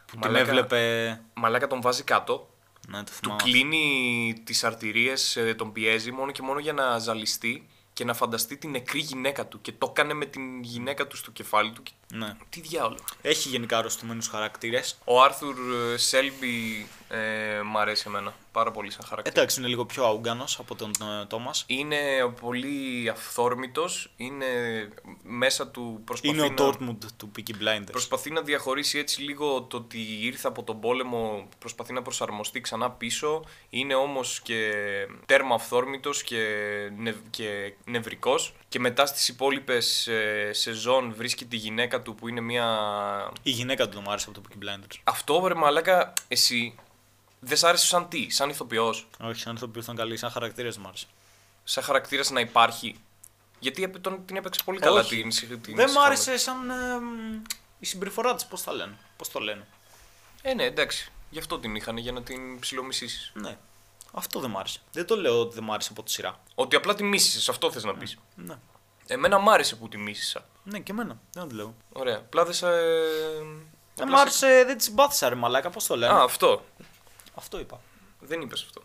Speaker 1: Που την
Speaker 2: Μαλάκα.
Speaker 1: έβλεπε.
Speaker 2: Μαλάκα τον βάζει κάτω,
Speaker 1: Ναι, το
Speaker 2: του
Speaker 1: θυμάμαι.
Speaker 2: κλείνει τις αρτηρίες, τον πιέζει μόνο και μόνο για να ζαλιστεί και να φανταστεί την νεκρή γυναίκα του. Και το έκανε με την γυναίκα του στο κεφάλι του. και-
Speaker 1: Ναι.
Speaker 2: Τι διάολο.
Speaker 1: Έχει γενικά αρρωστημένους χαρακτήρες.
Speaker 2: Ο Άρθουρ Σέλμπι ε, μ' αρέσει εμένα πάρα πολύ σαν χαρακτήρα.
Speaker 1: Εντάξει, είναι λίγο πιο αούγκανο από τον ε, Τόμας.
Speaker 2: Είναι πολύ αυθόρμητος, είναι μέσα του προσπαθεί,
Speaker 1: Είναι ο
Speaker 2: να,
Speaker 1: Dortmund του Peaky Blinders.
Speaker 2: προσπαθεί να διαχωρίσει έτσι λίγο το ότι ήρθε από τον πόλεμο, προσπαθεί να προσαρμοστεί ξανά πίσω, είναι όμως και τέρμα αυθόρμητος και, νευ- και νευρικός και μετά στις υπόλοιπες ε, σεζόν βρίσκει τη γυναίκα του που είναι μια
Speaker 1: Η γυναίκα του τον άρεσε από το Peaky Blinders.
Speaker 2: Αυτό ρε μαλάκα, εσύ δεν σ' άρεσε σαν τι, σαν ηθοποιός,
Speaker 1: Όχι, σαν ηθοποιός ήταν καλή, σαν χαρακτήρα μου άρεσε.
Speaker 2: σαν χαρακτήρα να υπάρχει. Γιατί επ- τον, την έπαιξε πολύ καλά
Speaker 1: Όχι.
Speaker 2: την, την
Speaker 1: Δεν μου
Speaker 2: Scarlett.
Speaker 1: άρεσε σαν ε, μ, η συμπεριφορά της, πώς τα λένε. Πώς το λένε.
Speaker 2: Ε, ναι, εντάξει. Γι' αυτό την είχαν, για να την ψηλομισήσεις.
Speaker 1: Ναι. Αυτό δεν μ' άρεσε. Δεν το λέω ότι δεν μ' άρεσε από τη σειρά.
Speaker 2: Ότι απλά τη μίσησες, αυτό θες να πεις.
Speaker 1: Ναι.
Speaker 2: Εμένα μ' άρεσε που τη μίσησα.
Speaker 1: Ναι, και εμένα. Δεν το λέω.
Speaker 2: Ωραία. Απλά δεν σε.
Speaker 1: Δεν Ε,
Speaker 2: απλά
Speaker 1: μ'
Speaker 2: σε-
Speaker 1: άρεσε, δεν τη συμπάθησα, ρε Μαλάκα, πώς το λένε.
Speaker 2: Α, αυτό.
Speaker 1: Αυτό είπα.
Speaker 2: Δεν είπες αυτό.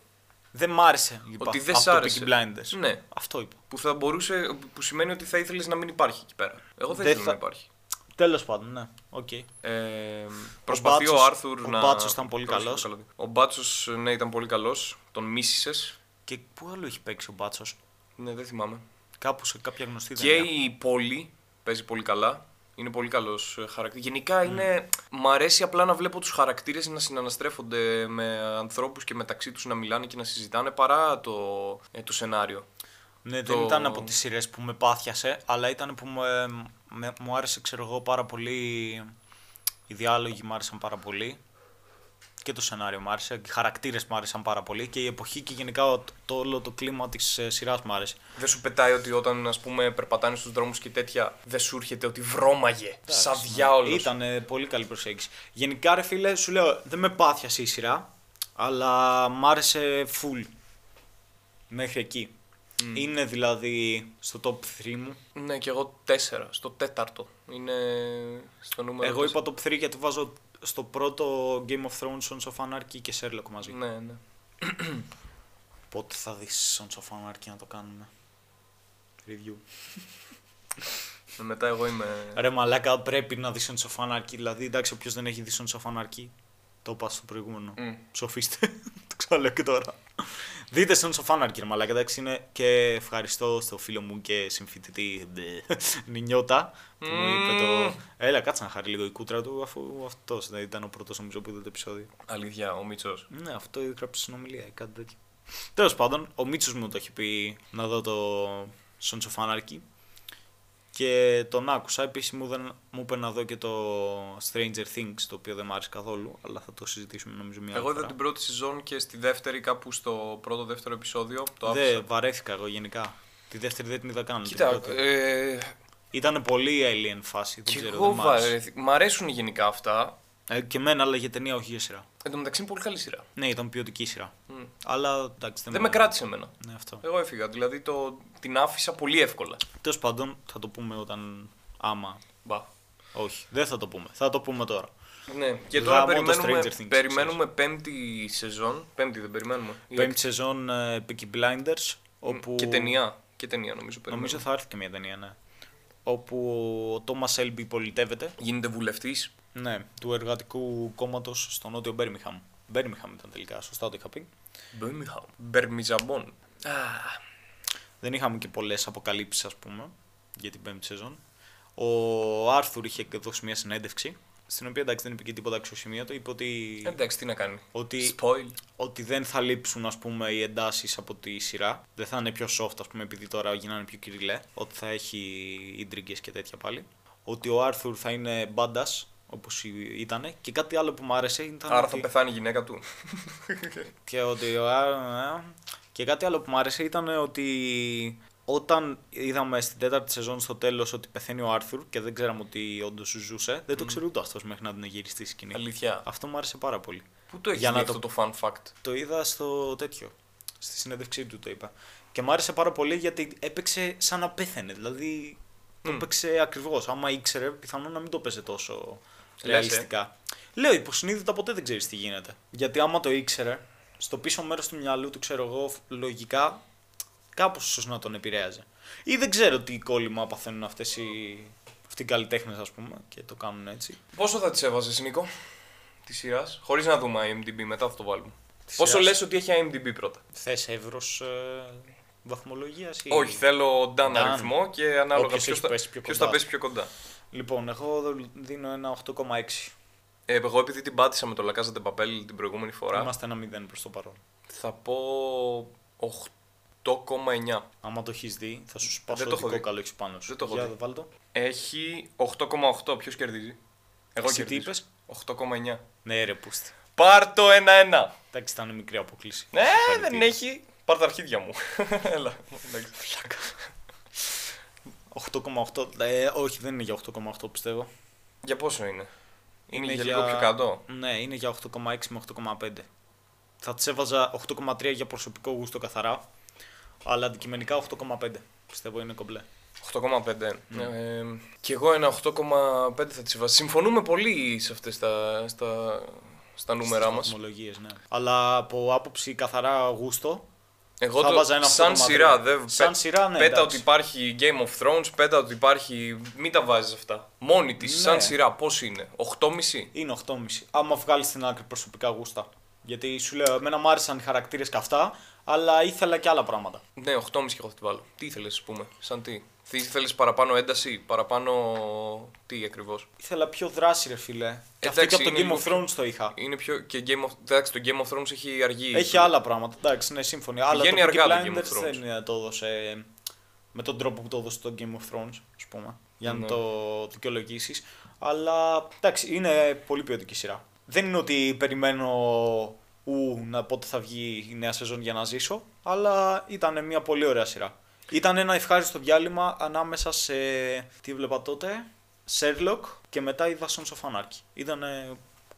Speaker 1: Δεν μ' άρεσε. Είπα,
Speaker 2: Ότι δεν
Speaker 1: από
Speaker 2: σ'
Speaker 1: το
Speaker 2: άρεσε.
Speaker 1: Peaky Blinders.
Speaker 2: Ναι.
Speaker 1: Αυτό είπα.
Speaker 2: Που, θα μπορούσε, που σημαίνει ότι θα ήθελες να μην υπάρχει εκεί πέρα. Εγώ δεν,
Speaker 1: Δεν
Speaker 2: ήθελα να
Speaker 1: θα-
Speaker 2: υπάρχει.
Speaker 1: Τέλος πάντων, ναι. Οκ.
Speaker 2: Ε, προσπαθεί ο,
Speaker 1: Μπάτσος-
Speaker 2: Άρθουρ
Speaker 1: ο
Speaker 2: να.
Speaker 1: Μπάτσος ήταν πολύ
Speaker 2: Πρόσεχε,
Speaker 1: καλός.
Speaker 2: καλά. Ο Μπάτσος, ναι, ήταν πολύ καλός. Τον μίσησες.
Speaker 1: Και πού άλλο έχει παίξει ο Μπάτσος.
Speaker 2: Ναι, δεν θυμάμαι.
Speaker 1: Κάπου σε κάποια γνωστή
Speaker 2: Και
Speaker 1: ταινία.
Speaker 2: η Πόλη παίζει πολύ καλά. Είναι πολύ καλός χαρακτήρα. Γενικά είναι. Μ' αρέσει απλά να βλέπω τους χαρακτήρες να συναναστρέφονται με ανθρώπους και μεταξύ τους να μιλάνε και να συζητάνε παρά το, ε, το σενάριο.
Speaker 1: Ναι,
Speaker 2: το-
Speaker 1: δεν ήταν από τις σειρές που με πάθιασε, αλλά ήταν που με, με- μου άρεσε, ξέρω εγώ, πάρα πολύ. Οι διάλογοι μου άρεσαν πάρα πολύ. Και το σενάριο μου άρεσε. Και οι χαρακτήρες μου άρεσαν πάρα πολύ. Και η εποχή και γενικά ο- το, όλο το κλίμα της σειρά μου άρεσε.
Speaker 2: Δεν σου πετάει ότι όταν ας πούμε περπατάνε στους δρόμους και τέτοια δεν σου έρχεται ότι βρώμαγε σαν διάολος.
Speaker 1: ναι. Ήταν πολύ καλή προσέγγιση. Γενικά, ρε φίλε, σου λέω, δεν με πάθιασε η σειρά, αλλά μ' άρεσε full. Μέχρι εκεί. Είναι δηλαδή στο top 3 μου.
Speaker 2: Ναι, και εγώ τέσσερα, στο τέταρτο. Είναι στο νούμερο.
Speaker 1: Εγώ
Speaker 2: τέσσερα.
Speaker 1: είπα top 3 γιατί βάζω στο πρώτο Game of Thrones, Sons of Anarchy και Sherlock μαζί.
Speaker 2: Ναι, ναι.
Speaker 1: Πότε θα δεις Sons of Anarchy να το κάνουμε. Review.
Speaker 2: Ε, Μετά εγώ είμαι.
Speaker 1: Ρε μαλάκα πρέπει να δεις Sons of Anarchy, δηλαδή εντάξει όποιος δεν έχει δει Sons of Anarchy, το είπα στο προηγούμενο.
Speaker 2: Μμ.
Speaker 1: Ψοφίστε, το ξαναλέω και τώρα. Δείτε Sons of Anarchy, ρε μαλάκα, εντάξει είναι και ευχαριστώ στο φίλο μου και συμφοιτητή ντε, Νινιώτα που μου είπε το... Έλα κάτσε να χάρει λίγο η κούτρα του αφού αυτός δεν ήταν ο πρώτος νομίζω που είδε το επεισόδιο.
Speaker 2: Αλήθεια, ο Μίτσος.
Speaker 1: Ναι, αυτό έγραψε συνομιλία ή κάτι τέτοιο. Τέλος πάντων, ο Μίτσος μου το έχει πει να δω το Sons of Anarchy και τον άκουσα. Επίσης μου, δεν- μου είπε να δω και το Stranger Things, το οποίο δεν μου άρεσε καθόλου, αλλά θα το συζητήσουμε νομίζω μια
Speaker 2: Εγώ
Speaker 1: άλλη
Speaker 2: είδα
Speaker 1: φορά.
Speaker 2: την πρώτη σεζόν και στη δεύτερη, κάπου στο πρώτο-δεύτερο επεισόδιο. Το άφησα.
Speaker 1: Δεν βαρέθηκα εγώ γενικά. Τη δεύτερη δεν την είδα καν.
Speaker 2: Κοίτα, ε,
Speaker 1: Ήταν πολύ alien φάση, δεν
Speaker 2: και
Speaker 1: ξέρω,
Speaker 2: εγώ
Speaker 1: δεν μ' άρεσε.
Speaker 2: βαρέθη- Μ' αρέσουν γενικά αυτά.
Speaker 1: Ε, και εμένα, αλλά για ταινία, όχι για σειρά.
Speaker 2: Εν τω μεταξύ είναι πολύ καλή σειρά.
Speaker 1: Ναι, ήταν ποιοτική σειρά.
Speaker 2: Μμ.
Speaker 1: Αλλά εντάξει, δεν,
Speaker 2: Δεν με κράτησε εμένα.
Speaker 1: Ναι, αυτό.
Speaker 2: Εγώ έφυγα. Δηλαδή το, την άφησα πολύ εύκολα.
Speaker 1: Τέλος πάντων, θα το πούμε όταν. άμα
Speaker 2: Μπα.
Speaker 1: Όχι, δεν θα το πούμε. Θα το πούμε τώρα.
Speaker 2: Ναι, και τώρα
Speaker 1: Γαμώ το
Speaker 2: περιμένουμε,
Speaker 1: Stranger Things,
Speaker 2: περιμένουμε πέμπτη σεζόν. Πέμπτη δεν περιμένουμε. Η
Speaker 1: Πέμπτη σεζόν ε, Peaky Blinders. Όπου...
Speaker 2: Και ταινία. Και ταινία νομίζω. περιμένουμε.
Speaker 1: Νομίζω θα έρθει και μια ταινία, ναι. Όπου ο Τόμα Έλμπι πολιτεύεται.
Speaker 2: Γίνεται βουλευτής.
Speaker 1: Ναι, του εργατικού κόμματος στο νότιο Μπέρμιχαμ. Μπέρμιχαμ ήταν τελικά, σωστά το είχα πει.
Speaker 2: Μπερμιζαμπόν.
Speaker 1: Δεν είχαμε και πολλές αποκαλύψεις, ας πούμε, για την πέμπτη σεζόν. Ο Άρθουρ είχε δώσει μια συνέντευξη, στην οποία εντάξει δεν είπε και τίποτα αξιοσημείωτο. Είπε ότι,
Speaker 2: Εντάξει, τι να κάνει.
Speaker 1: ότι
Speaker 2: Spoil.
Speaker 1: ότι δεν θα λείψουν ας πούμε, οι εντάσεις από τη σειρά. Δεν θα είναι πιο soft, ας πούμε, επειδή τώρα γίνανε πιο κυριλέ. Ότι θα έχει ίντριγκες και τέτοια πάλι. Ότι ο Άρθουρ θα είναι μπάντας, όπως ήταν. Και κάτι άλλο που μου άρεσε ήταν.
Speaker 2: Άρα θα
Speaker 1: ότι...
Speaker 2: πεθάνει η γυναίκα του.
Speaker 1: και, ότι ο Άρ- ε, και κάτι άλλο που μου άρεσε ήταν ότι Όταν είδαμε στην τέταρτη σεζόν στο τέλος ότι πεθαίνει ο Άρθουρ και δεν ξέραμε ότι όντως ζούσε, δεν το ξέρει ούτε αυτό μέχρι να τον γυριστεί στη σκηνή.
Speaker 2: Αλήθεια.
Speaker 1: Αυτό μου άρεσε πάρα πολύ.
Speaker 2: Πού το έχεις
Speaker 1: Για
Speaker 2: δει
Speaker 1: να
Speaker 2: αυτό το fun fact.
Speaker 1: Το είδα στο τέτοιο. Στη συνέντευξή του το είπα. Και μου άρεσε πάρα πολύ γιατί έπαιξε σαν να πέθανε. Δηλαδή το έπαιξε ακριβώς. Άμα ήξερε, πιθανόν να μην το παίζε τόσο
Speaker 2: ε.
Speaker 1: ρεαλιστικά. Λέω υποσυνείδητα ποτέ δεν ξέρεις τι γίνεται. Γιατί άμα το ήξερε, στο πίσω μέρος του μυαλού του, ξέρω εγώ, λογικά κάπως ίσως να τον επηρέαζε. Ή δεν ξέρω τι κόλλημα παθαίνουν αυτές οι. Αυτοί οι καλλιτέχνες, ας πούμε, και το κάνουν έτσι.
Speaker 2: Πόσο θα τις έβαζες, Νίκο, της σειράς, χωρίς να δούμε IMDb, μετά θα το βάλουμε.
Speaker 1: Της
Speaker 2: Πόσο
Speaker 1: σειράς.
Speaker 2: λες ότι έχει IMDb πρώτα.
Speaker 1: Θες εύρος ε, βαθμολογίας ή.
Speaker 2: Όχι, θέλω Dan,
Speaker 1: Dan.
Speaker 2: αριθμό και ανάλογα
Speaker 1: Όποιος
Speaker 2: ποιος
Speaker 1: έχει
Speaker 2: θα,
Speaker 1: πέσει πιο
Speaker 2: ποιος
Speaker 1: κοντά.
Speaker 2: θα πέσει πιο κοντά.
Speaker 1: Λοιπόν, εγώ δίνω ένα 8,6.
Speaker 2: Ε, εγώ επειδή την πάτησα με το Λακάζα Παπέλ την προηγούμενη φορά,
Speaker 1: Είμαστε ένα 0 προς το παρόν.
Speaker 2: θα πω 8,9.
Speaker 1: Άμα το έχεις δει, θα σου σπάσω
Speaker 2: Δεν το
Speaker 1: το
Speaker 2: έχω
Speaker 1: δικό
Speaker 2: δει.
Speaker 1: καλό έχει πάνω σου.
Speaker 2: Δεν το έχω
Speaker 1: Για
Speaker 2: δει.
Speaker 1: βάλ το.
Speaker 2: Έχει 8,8. Ποιος κερδίζει. Εγώ
Speaker 1: Εσύ τι
Speaker 2: κερδίζω.
Speaker 1: είπες?
Speaker 2: 8,9.
Speaker 1: Ναι, ρε, πούστη.
Speaker 2: Πάρ το 1-1.
Speaker 1: Εντάξει, ήταν μικρή αποκλήση.
Speaker 2: Ναι, δεν
Speaker 1: Συγχαρητήρια.
Speaker 2: έχει. Πάρ τα αρχίδια μου. Έλα. εντάξει.
Speaker 1: 8,8. Ε, όχι, δεν είναι για 8,8 πιστεύω.
Speaker 2: Για πόσο είναι. Είναι, για λίγο πιο κάτω.
Speaker 1: Ναι, είναι για 8,6 με 8,5. Θα τη έβαζα 8,3 για προσωπικό γούστο καθαρά. Αλλά αντικειμενικά 8,5. Πιστεύω είναι κομπλέ.
Speaker 2: 8,5. Ε, και εγώ ένα 8,5 θα τη βάζω. Συμφωνούμε πολύ σε αυτές τα, στα, στα νούμερά
Speaker 1: Στις
Speaker 2: μας.
Speaker 1: βαθμολογίες, ναι. Αλλά από άποψη καθαρά γούστο,
Speaker 2: Εγώ
Speaker 1: Θα βάζα ένα
Speaker 2: σαν
Speaker 1: 8,3.
Speaker 2: σειρά, δεν
Speaker 1: Σαν σειρά, ναι,
Speaker 2: Πέτα
Speaker 1: εντάξει.
Speaker 2: ότι υπάρχει Game of Thrones, πέτα ότι υπάρχει. Μην τα βάζεις αυτά. Μόνη της,
Speaker 1: Ναι.
Speaker 2: σαν σειρά, πώς είναι. 8,5.
Speaker 1: Είναι 8,5. Άμα βγάλεις στην άκρη προσωπικά γούστα. Γιατί σου λέω, εμένα μου άρεσαν οι χαρακτήρες και αυτά, αλλά ήθελα και άλλα πράγματα.
Speaker 2: Ναι, 8,5 και εγώ θα την βάλω. Τι ήθελες, ας πούμε, σαν τι. Ήθελε παραπάνω ένταση, παραπάνω. Τι ακριβώς.
Speaker 1: Ήθελα πιο δράση, ρε φιλέ. Και αυτή και
Speaker 2: Εντάξει,
Speaker 1: από το
Speaker 2: είναι
Speaker 1: Game of
Speaker 2: λίγο-
Speaker 1: Thrones το είχα.
Speaker 2: Είναι πιο. και Game of... Εντάξει, το Game of Thrones έχει αργή.
Speaker 1: Έχει άλλα πράγματα, εντάξει, ναι, σύμφωνοι. Αλλά το
Speaker 2: Πηγαίνει
Speaker 1: Peaky
Speaker 2: αργά το Game of
Speaker 1: Blinders
Speaker 2: Thrones.
Speaker 1: δεν Ναι, το έδωσε με τον τρόπο που το έδωσε το Game of Thrones, ας πούμε, για να
Speaker 2: Ναι.
Speaker 1: το δικαιολογήσεις. Αλλά εντάξει, είναι πολύ ποιοτική σειρά. Δεν είναι ότι περιμένω ου, να πότε θα βγει η νέα σεζόν για να ζήσω, αλλά ήταν μια πολύ ωραία σειρά. Ήταν ένα ευχάριστο διάλειμμα ανάμεσα σε. Τι βλέπα τότε, Sherlock και μετά είδα Sons of Anarchy. Ήταν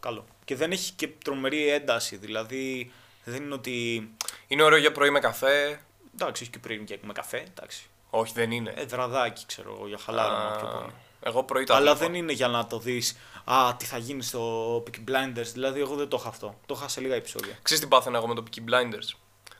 Speaker 1: καλό. Και δεν έχει και τρομερή ένταση, δηλαδή δεν είναι ότι.
Speaker 2: Είναι ωραίο για πρωί με καφέ.
Speaker 1: Εντάξει, έχει και πριν και με καφέ, εντάξει.
Speaker 2: Όχι, δεν είναι.
Speaker 1: Ε, βραδάκι, ξέρω εγώ, για χαλάρωμα πιο πολύ.
Speaker 2: Εγώ πρωί τα
Speaker 1: Αλλά
Speaker 2: βλέπω.
Speaker 1: δεν είναι για να το δεις. Α, τι θα γίνει στο Peaky Blinders. Δηλαδή, εγώ δεν το είχα αυτό. Το είχα σε λίγα επεισόδια.
Speaker 2: Ξέρεις τι πάθαινα εγώ με το Peaky Blinders.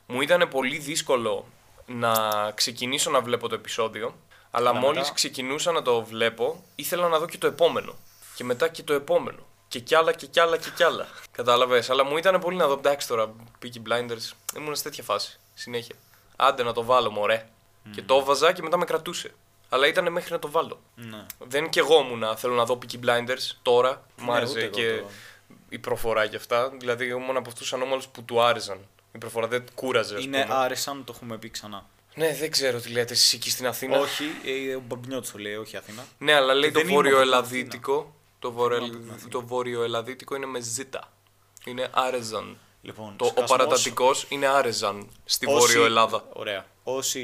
Speaker 2: Μου ήταν πολύ δύσκολο να ξεκινήσω να βλέπω το επεισόδιο, αλλά
Speaker 1: Αλλά
Speaker 2: μόλις
Speaker 1: μετά-
Speaker 2: ξεκινούσα να το βλέπω, ήθελα να δω και το επόμενο. Και μετά και το επόμενο. Και κι άλλα και κι άλλα και κι άλλα. Κατάλαβες, αλλά μου ήταν πολύ να δω. Εντάξει τώρα, Peaky Blinders. Ήμουν σε τέτοια φάση. Συνέχεια. Άντε να το βάλω, μωρέ. Και το έβαζα και μετά με κρατούσε. Αλλά ήταν μέχρι να το βάλω.
Speaker 1: Ναι.
Speaker 2: Δεν και εγώ ήμουνα, θέλω να δω Peaky Blinders τώρα. Μ'
Speaker 1: Ναι,
Speaker 2: άρεσε
Speaker 1: ούτε εγώ
Speaker 2: και
Speaker 1: τώρα.
Speaker 2: η προφορά και αυτά. Δηλαδή, εγώ ήμουν από αυτούς ανώμαλους που του άρεσαν. Η προφορά δεν κούραζε, ας
Speaker 1: Είναι
Speaker 2: πούμε.
Speaker 1: άρεσαν, το έχουμε πει ξανά.
Speaker 2: Ναι, δεν ξέρω τι λέτε εσεί εκεί στην Αθήνα.
Speaker 1: Όχι, ε, ο Μπαμπινιώτης το λέει, όχι Αθήνα.
Speaker 2: Ναι, αλλά λέει
Speaker 1: Δεν
Speaker 2: το
Speaker 1: είμαι
Speaker 2: βόρειο
Speaker 1: από την
Speaker 2: Ελλαδίτικο. Το, βορειο...
Speaker 1: από την Αθήνα.
Speaker 2: το βόρειο Ελλαδίτικο είναι με ζήτα. Είναι άρεζαν.
Speaker 1: Λοιπόν,
Speaker 2: Το, ο
Speaker 1: σκασμός-
Speaker 2: παρατατικός είναι άρεζαν στη
Speaker 1: όσοι-
Speaker 2: Βόρειο Ελλάδα.
Speaker 1: Ωραία. Όσοι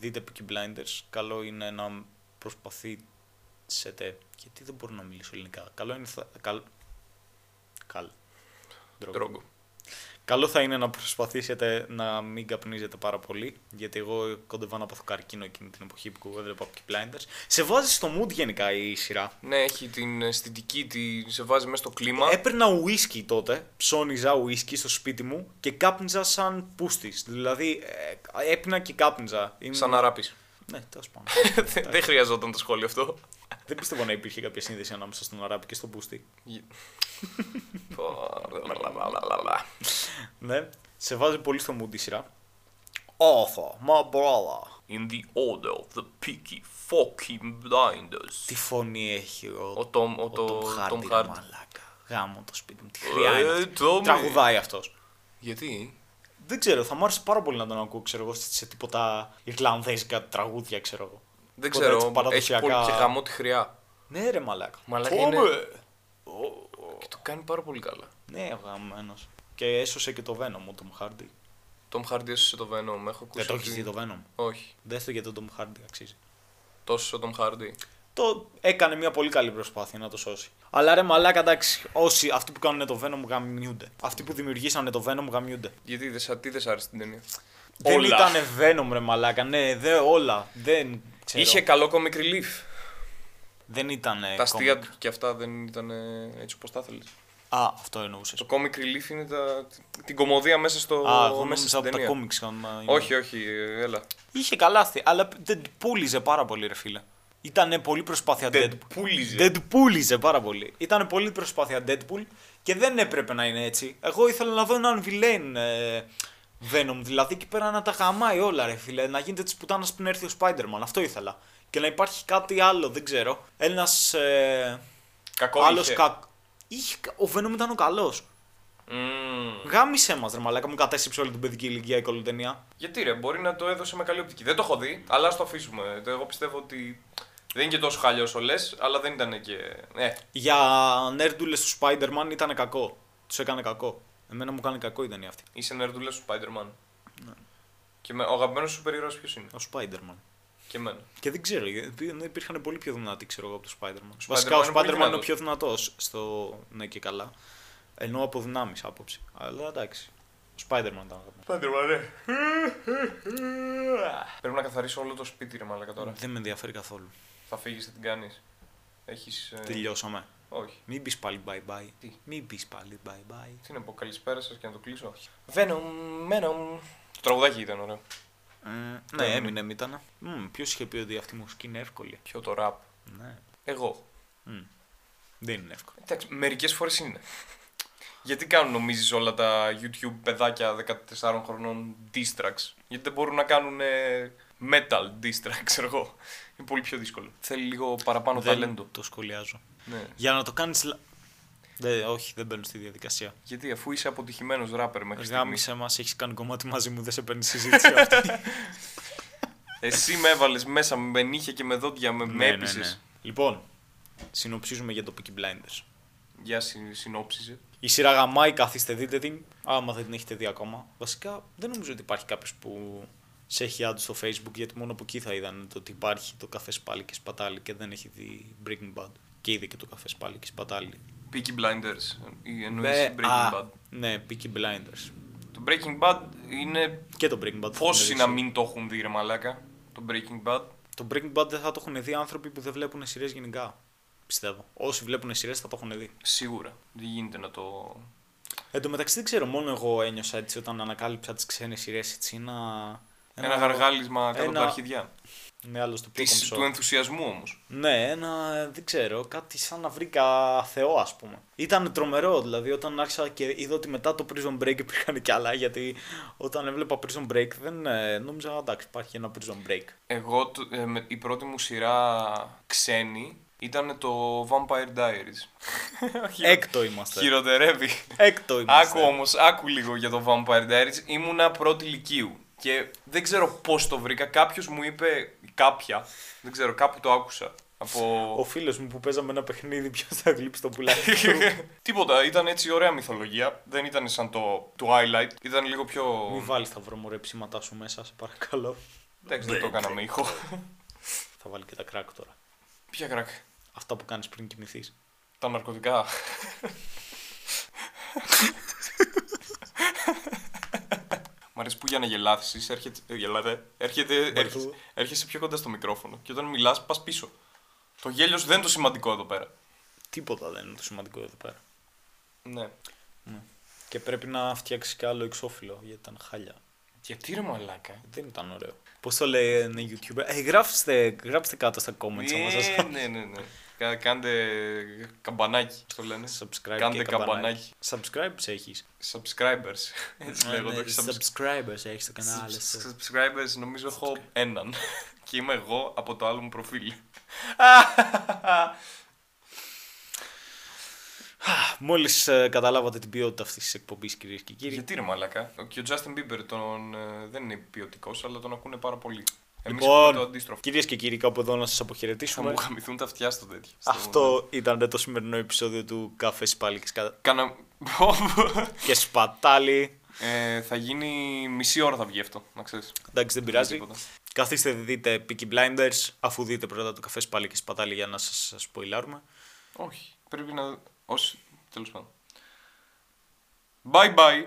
Speaker 1: δείτε Peaky Blinders, καλό είναι να προσπαθήσετε. Γιατί δεν μπορώ να μιλήσω ελληνικά. Καλό είναι. Θα... Καλ... Καλ. Ντρόγκο.
Speaker 2: Ντρόγκο.
Speaker 1: Καλό θα είναι να προσπαθήσετε να μην καπνίζετε πάρα πολύ, γιατί εγώ κόντευα να πάθω καρκίνο εκείνη την εποχή που έβλεπα από Blinders. Σε βάζει στο mood γενικά η σειρά.
Speaker 2: Ναι, έχει την αισθητική, τη... σε βάζει μέσα στο κλίμα.
Speaker 1: Έπαιρνα ουίσκι τότε, ψώνιζα ουίσκι στο σπίτι μου και κάπνιζα σαν πούστης. Δηλαδή ε, έπινα και κάπνιζα. Ήμουν-
Speaker 2: Σαν να ράπεις.
Speaker 1: Ναι, τέλος πάντων.
Speaker 2: Δεν δεν χρειαζόταν το σχόλιο αυτό.
Speaker 1: Δεν πιστεύω να υπήρχε κάποια σύνδεση ανάμεσα στον αράπη και στον πούστη. Ναι, σε βάζει πολύ στο mood η σειρά. Όθο, μα brother.
Speaker 2: In the order of the peaky fucking blinders.
Speaker 1: Τι φωνή έχει ο,
Speaker 2: Ο Τόμ- ο το- Τόμ
Speaker 1: Χάρντι,
Speaker 2: Χάρντι.
Speaker 1: μαλάκα. Γάμο το σπίτι μου, τι
Speaker 2: Ε,
Speaker 1: χρειά είναι αυτή.
Speaker 2: Τόμι.
Speaker 1: Τραγουδάει αυτός.
Speaker 2: Γιατί?
Speaker 1: Δεν ξέρω, θα μου άρεσε πάρα πολύ να τον ακούω, ξέρω εγώ, σε τίποτα Ιρλανδέζικα τραγούδια, ξέρω εγώ.
Speaker 2: Δεν
Speaker 1: Κοντά έτσι
Speaker 2: ξέρω, έχει
Speaker 1: παραδοσιακά.
Speaker 2: πολύ και γαμό τη χρειά.
Speaker 1: Ναι ρε μαλάκα.
Speaker 2: Μαλάκα
Speaker 1: Τόμι.
Speaker 2: είναι- Και το κάνει πάρα πολύ καλά.
Speaker 1: Ναι, γαμμένος. Και έσωσε και το Venom ο Tom Hardy.
Speaker 2: Tom Hardy έσωσε το Venom. Έχω ακούσει.
Speaker 1: Δεν το
Speaker 2: ότι-
Speaker 1: έχει δει το Venom.
Speaker 2: Όχι.
Speaker 1: Δες το γιατί το Tom Hardy αξίζει.
Speaker 2: Τόσο ο Tom Hardy.
Speaker 1: Το έκανε μια πολύ καλή προσπάθεια να το σώσει. Αλλά ρε μαλάκα, εντάξει, όσοι αυτοί που κάνουν το Venom γαμιούνται. Αυτοί που δημιουργήσανε το Venom γαμιούνται.
Speaker 2: Γιατί δεν σα- τι δεν σ' άρεσε την ταινία.
Speaker 1: Δεν
Speaker 2: Όλα.
Speaker 1: ήταν Venom, ρε μαλάκα, ναι, δε, όλα. Δεν ξέρω.
Speaker 2: Είχε καλό comic relief.
Speaker 1: Δεν ήταν. ε,
Speaker 2: τα αστεία του και αυτά δεν ήταν ε, έτσι όπως τα ήθελε.
Speaker 1: Α, αυτό εννοούσες.
Speaker 2: Το comic relief είναι τα... την κομμωδία μέσα στο.
Speaker 1: Α, εγώ
Speaker 2: μέσα
Speaker 1: νόμιζα
Speaker 2: στην
Speaker 1: από τα
Speaker 2: ταινία.
Speaker 1: κόμιξ. κάνουν να-
Speaker 2: Όχι, όχι, ε, έλα.
Speaker 1: Είχε καλά αστεία, αλλά δεν πούλιζε πάρα πολύ, ρε φίλε. Ήταν πολύ προσπάθεια Deadpool.
Speaker 2: πούλιζε.
Speaker 1: Δεν πούλιζε πάρα πολύ. Ήταν πολύ προσπάθεια Deadpool και δεν έπρεπε να είναι έτσι. Εγώ ήθελα να δω έναν villain ε, Venom, δηλαδή εκεί πέρα να τα χαμάει όλα, ρε φίλε. Να γίνεται της πουτάνας πριν έρθει ο Spider-Man. Αυτό ήθελα. Και να υπάρχει κάτι άλλο, δεν ξέρω. Ένας. Ε,
Speaker 2: Κακό
Speaker 1: άλλος
Speaker 2: είχε.
Speaker 1: κακ. Είχε... κα- Ο Venom ήταν ο καλός.
Speaker 2: Mm. Μμμ.
Speaker 1: Γάμισε μας, ρε Μαλάκα, μου κατέστρεψε όλη την παιδική ηλικία η κολοτενία.
Speaker 2: Γιατί ρε, μπορεί να το έδωσε με καλή οπτική. Δεν το έχω δει, αλλά ας το αφήσουμε. Εγώ πιστεύω ότι δεν είναι και τόσο χαλιό ο λες, αλλά δεν ήταν και. Ε,
Speaker 1: Για νέρντουλες του Spider-Man ήταν κακό. Τους έκανε κακό. Εμένα μου κάνει κακό η ταινία αυτή.
Speaker 2: είσαι νερδούλα του Spider-Man. Ναι. Και με, ο αγαπημένος σου περιγράφο ποιος είναι.
Speaker 1: Ο Spider-Man.
Speaker 2: Και εμένα.
Speaker 1: Και δεν ξέρω, γιατί υπήρχαν πολύ πιο δυνατοί ξέρω εγώ από το Spider-Man.
Speaker 2: Ο
Speaker 1: Βασικά ο
Speaker 2: Spider-Man είναι πολύ
Speaker 1: Spider-Man είναι ο
Speaker 2: δυνατός.
Speaker 1: πιο δυνατός στο ναι και καλά. Ενώ από δυνάμεις άποψη. Αλλά εντάξει. Ο Spider-Man ήταν αγαπημένος.
Speaker 2: Spider-Man, ναι. ρε. Πρέπει να καθαρίσω όλο το σπίτι, ρε Μαλάκα τώρα.
Speaker 1: Δεν με ενδιαφέρει καθόλου.
Speaker 2: Θα φύγεις, θα την κάνεις. Έχεις.
Speaker 1: Τελειώσαμε.
Speaker 2: Όχι.
Speaker 1: Μην πεις πάλι bye bye.
Speaker 2: Ε. Τι?
Speaker 1: Μην πεις πάλι bye bye.
Speaker 2: Τι να πω, καλησπέρα σας και να το κλείσω. Venom, Venom. Το τραγουδάκι ήταν ωραίο.
Speaker 1: Ε,
Speaker 2: Το
Speaker 1: ναι, έμεινε, μη ήταν. Ποιος είχε πει ότι αυτή η μουσική είναι εύκολη.
Speaker 2: Ποιο το ραπ.
Speaker 1: Ναι.
Speaker 2: Εγώ.
Speaker 1: Μμ. Δεν είναι εύκολο.
Speaker 2: Εντάξει, μερικές φορές είναι. Γιατί κάνουν, νομίζεις, όλα τα YouTube παιδάκια 14 χρονών distracks. Γιατί δεν μπορούν να κάνουν ε, metal distracks, ξέρω εγώ. Είναι πολύ πιο δύσκολο. Θέλει λίγο παραπάνω
Speaker 1: Δεν
Speaker 2: ταλέντο.
Speaker 1: το σχολιάζω.
Speaker 2: Ναι.
Speaker 1: Για να το κάνεις. Δε, όχι, δεν μπαίνω στη διαδικασία.
Speaker 2: Γιατί αφού είσαι αποτυχημένος ράπερ μέχρι στιγμή.
Speaker 1: Γάμισε μας, έχεις κάνει κομμάτι μαζί μου, δεν σε παίρνει συζήτηση αυτή.
Speaker 2: Εσύ με έβαλες μέσα με νύχια και με δόντια, με, με
Speaker 1: Ναι, ναι,
Speaker 2: έπεισες.
Speaker 1: ναι. Λοιπόν, συνοψίζουμε για το Peaky Blinders.
Speaker 2: Για συ, ε. συνόψιζε.
Speaker 1: Η σειρά γαμάει, καθίστε δείτε την, άμα δεν την έχετε δει ακόμα. Βασικά δεν νομίζω ότι υπάρχει κάποιος που σε έχει ad στο facebook γιατί μόνο από εκεί θα είδαν το ότι υπάρχει το καφές σπάλι και σπατάλι και δεν έχει δει Breaking Bad. Και είδε και το καφές σπάλι και σπατάλι.
Speaker 2: Peaky Blinders. ε, Εννοείς
Speaker 1: Μπε- α,
Speaker 2: Breaking Bad.
Speaker 1: Ναι, Peaky Blinders.
Speaker 2: Το Breaking Bad είναι.
Speaker 1: Και το Breaking Bad. θα
Speaker 2: Πόσοι
Speaker 1: τον
Speaker 2: να
Speaker 1: δεις.
Speaker 2: μην το έχουν δει, ρε Μαλάκα. Το Breaking Bad.
Speaker 1: Το Breaking Bad δεν θα το έχουν δει άνθρωποι που δεν βλέπουν σειρές γενικά. Πιστεύω. Όσοι βλέπουν σειρές θα το έχουν δει.
Speaker 2: Σίγουρα. Δεν γίνεται να το.
Speaker 1: Εν τω μεταξύ δεν ξέρω, μόνο εγώ ένιωσα έτσι όταν ανακάλυψα τις ξένες σειρές έτσι ένα.
Speaker 2: Ένα, γαργάλισμα κάτω από
Speaker 1: ένα-
Speaker 2: τα αρχιδιά.
Speaker 1: Ναι, άλλο στο πιο
Speaker 2: Της,
Speaker 1: κομψό.
Speaker 2: του ενθουσιασμού όμως.
Speaker 1: Ναι, ένα, ε, δεν ξέρω, κάτι σαν να βρήκα Θεό, ας πούμε. Ήταν τρομερό, δηλαδή, όταν άρχισα και είδα ότι μετά το Prison Break υπήρχαν κι άλλα, γιατί όταν έβλεπα Prison Break δεν ε, νόμιζα, εντάξει, υπάρχει ένα Prison Break.
Speaker 2: Εγώ, το- ε, με- η πρώτη μου σειρά ξένη ήταν το Vampire Diaries.
Speaker 1: Έκτο είμαστε.
Speaker 2: Χειροτερεύει.
Speaker 1: Έκτο είμαστε.
Speaker 2: Άκου όμως, άκου λίγο για το Vampire Diaries. Ήμουνα πρώτη λυκείου. Και δεν ξέρω πώς το βρήκα. Κάποιος μου είπε. Κάποια. Δεν ξέρω, κάπου το άκουσα. Από.
Speaker 1: Ο φίλος μου που παίζαμε ένα παιχνίδι, ποιο θα γλύψει το πουλάκι.
Speaker 2: Τίποτα, ήταν έτσι ωραία μυθολογία. Δεν ήταν σαν το, το highlight. Ήταν λίγο πιο.
Speaker 1: Μην βάλει θα βρω μωρέ ψήματά σου μέσα, σε παρακαλώ.
Speaker 2: Εντάξει, δεν το έκαναμε ήχο.
Speaker 1: θα βάλει και τα κράκ τώρα.
Speaker 2: Ποια κρακ.
Speaker 1: Αυτά που κάνεις πριν κοιμηθείς.
Speaker 2: Τα ναρκωτικά. Μ' αρέσει που για να γελάσεις έρχεται, ε, γελάτε, έρχεται, έρχεσαι, έρχεσαι πιο κοντά στο μικρόφωνο και όταν μιλάς πας πίσω. Το γέλιος σου δεν είναι το σημαντικό εδώ πέρα.
Speaker 1: Τίποτα δεν είναι το σημαντικό εδώ πέρα.
Speaker 2: Ναι.
Speaker 1: Και πρέπει να φτιάξεις και άλλο εξώφυλλο γιατί ήταν χάλια.
Speaker 2: Γιατί ρε μαλάκα.
Speaker 1: Δεν ήταν ωραίο. Πώς το λέει ένα YouTuber. Ε, γράψτε, γράψτε κάτω στα comments άμα σας
Speaker 2: Ναι, ναι, ναι. ναι. Κα- Κάντε καμπανάκι, το λένε.
Speaker 1: Subscribe
Speaker 2: Κάντε
Speaker 1: και
Speaker 2: καμπανάκι.
Speaker 1: Subscribe έχεις.
Speaker 2: Subscribers. Έτσι
Speaker 1: έχει.
Speaker 2: λέγονται. όχι subs-
Speaker 1: subscribers έχεις στο κανάλι
Speaker 2: subs-
Speaker 1: σου.
Speaker 2: Subscribers νομίζω έχω έναν. Και είμαι εγώ από το άλλο μου προφίλ.
Speaker 1: Μόλις ε, καταλάβατε την ποιότητα αυτής της εκπομπής κυρίες και κύριοι.
Speaker 2: Γιατί ρε μαλακά. Και ο Justin Bieber τον, ε, δεν είναι ποιοτικός, αλλά τον ακούνε πάρα πολύ. Εμείς
Speaker 1: Λοιπόν,
Speaker 2: ακούμε το αντίστροφο.
Speaker 1: Κυρίες και κύριοι κάπου εδώ να σας
Speaker 2: Θα
Speaker 1: αποχαιρετήσουμε.
Speaker 2: μου χαμηθούν τα αυτιά στο τέτοιο. Στο-
Speaker 1: Αυτό ήταν το σημερινό επεισόδιο του Καφέ Σπάλι και Σκα-
Speaker 2: Κάνα...
Speaker 1: και Σπατάλι.
Speaker 2: Ε, θα γίνει μισή ώρα θα βγει αυτό, να ξέρεις.
Speaker 1: Εντάξει, δεν πειράζει. Καθίστε, δείτε Peaky Blinders, αφού δείτε πρώτα το καφέ πάλι και σπατάλη για να σας σποϊλάρουμε.
Speaker 2: Όχι. Πρέπει να. Όσοι. Τέλος πάντων. Bye bye.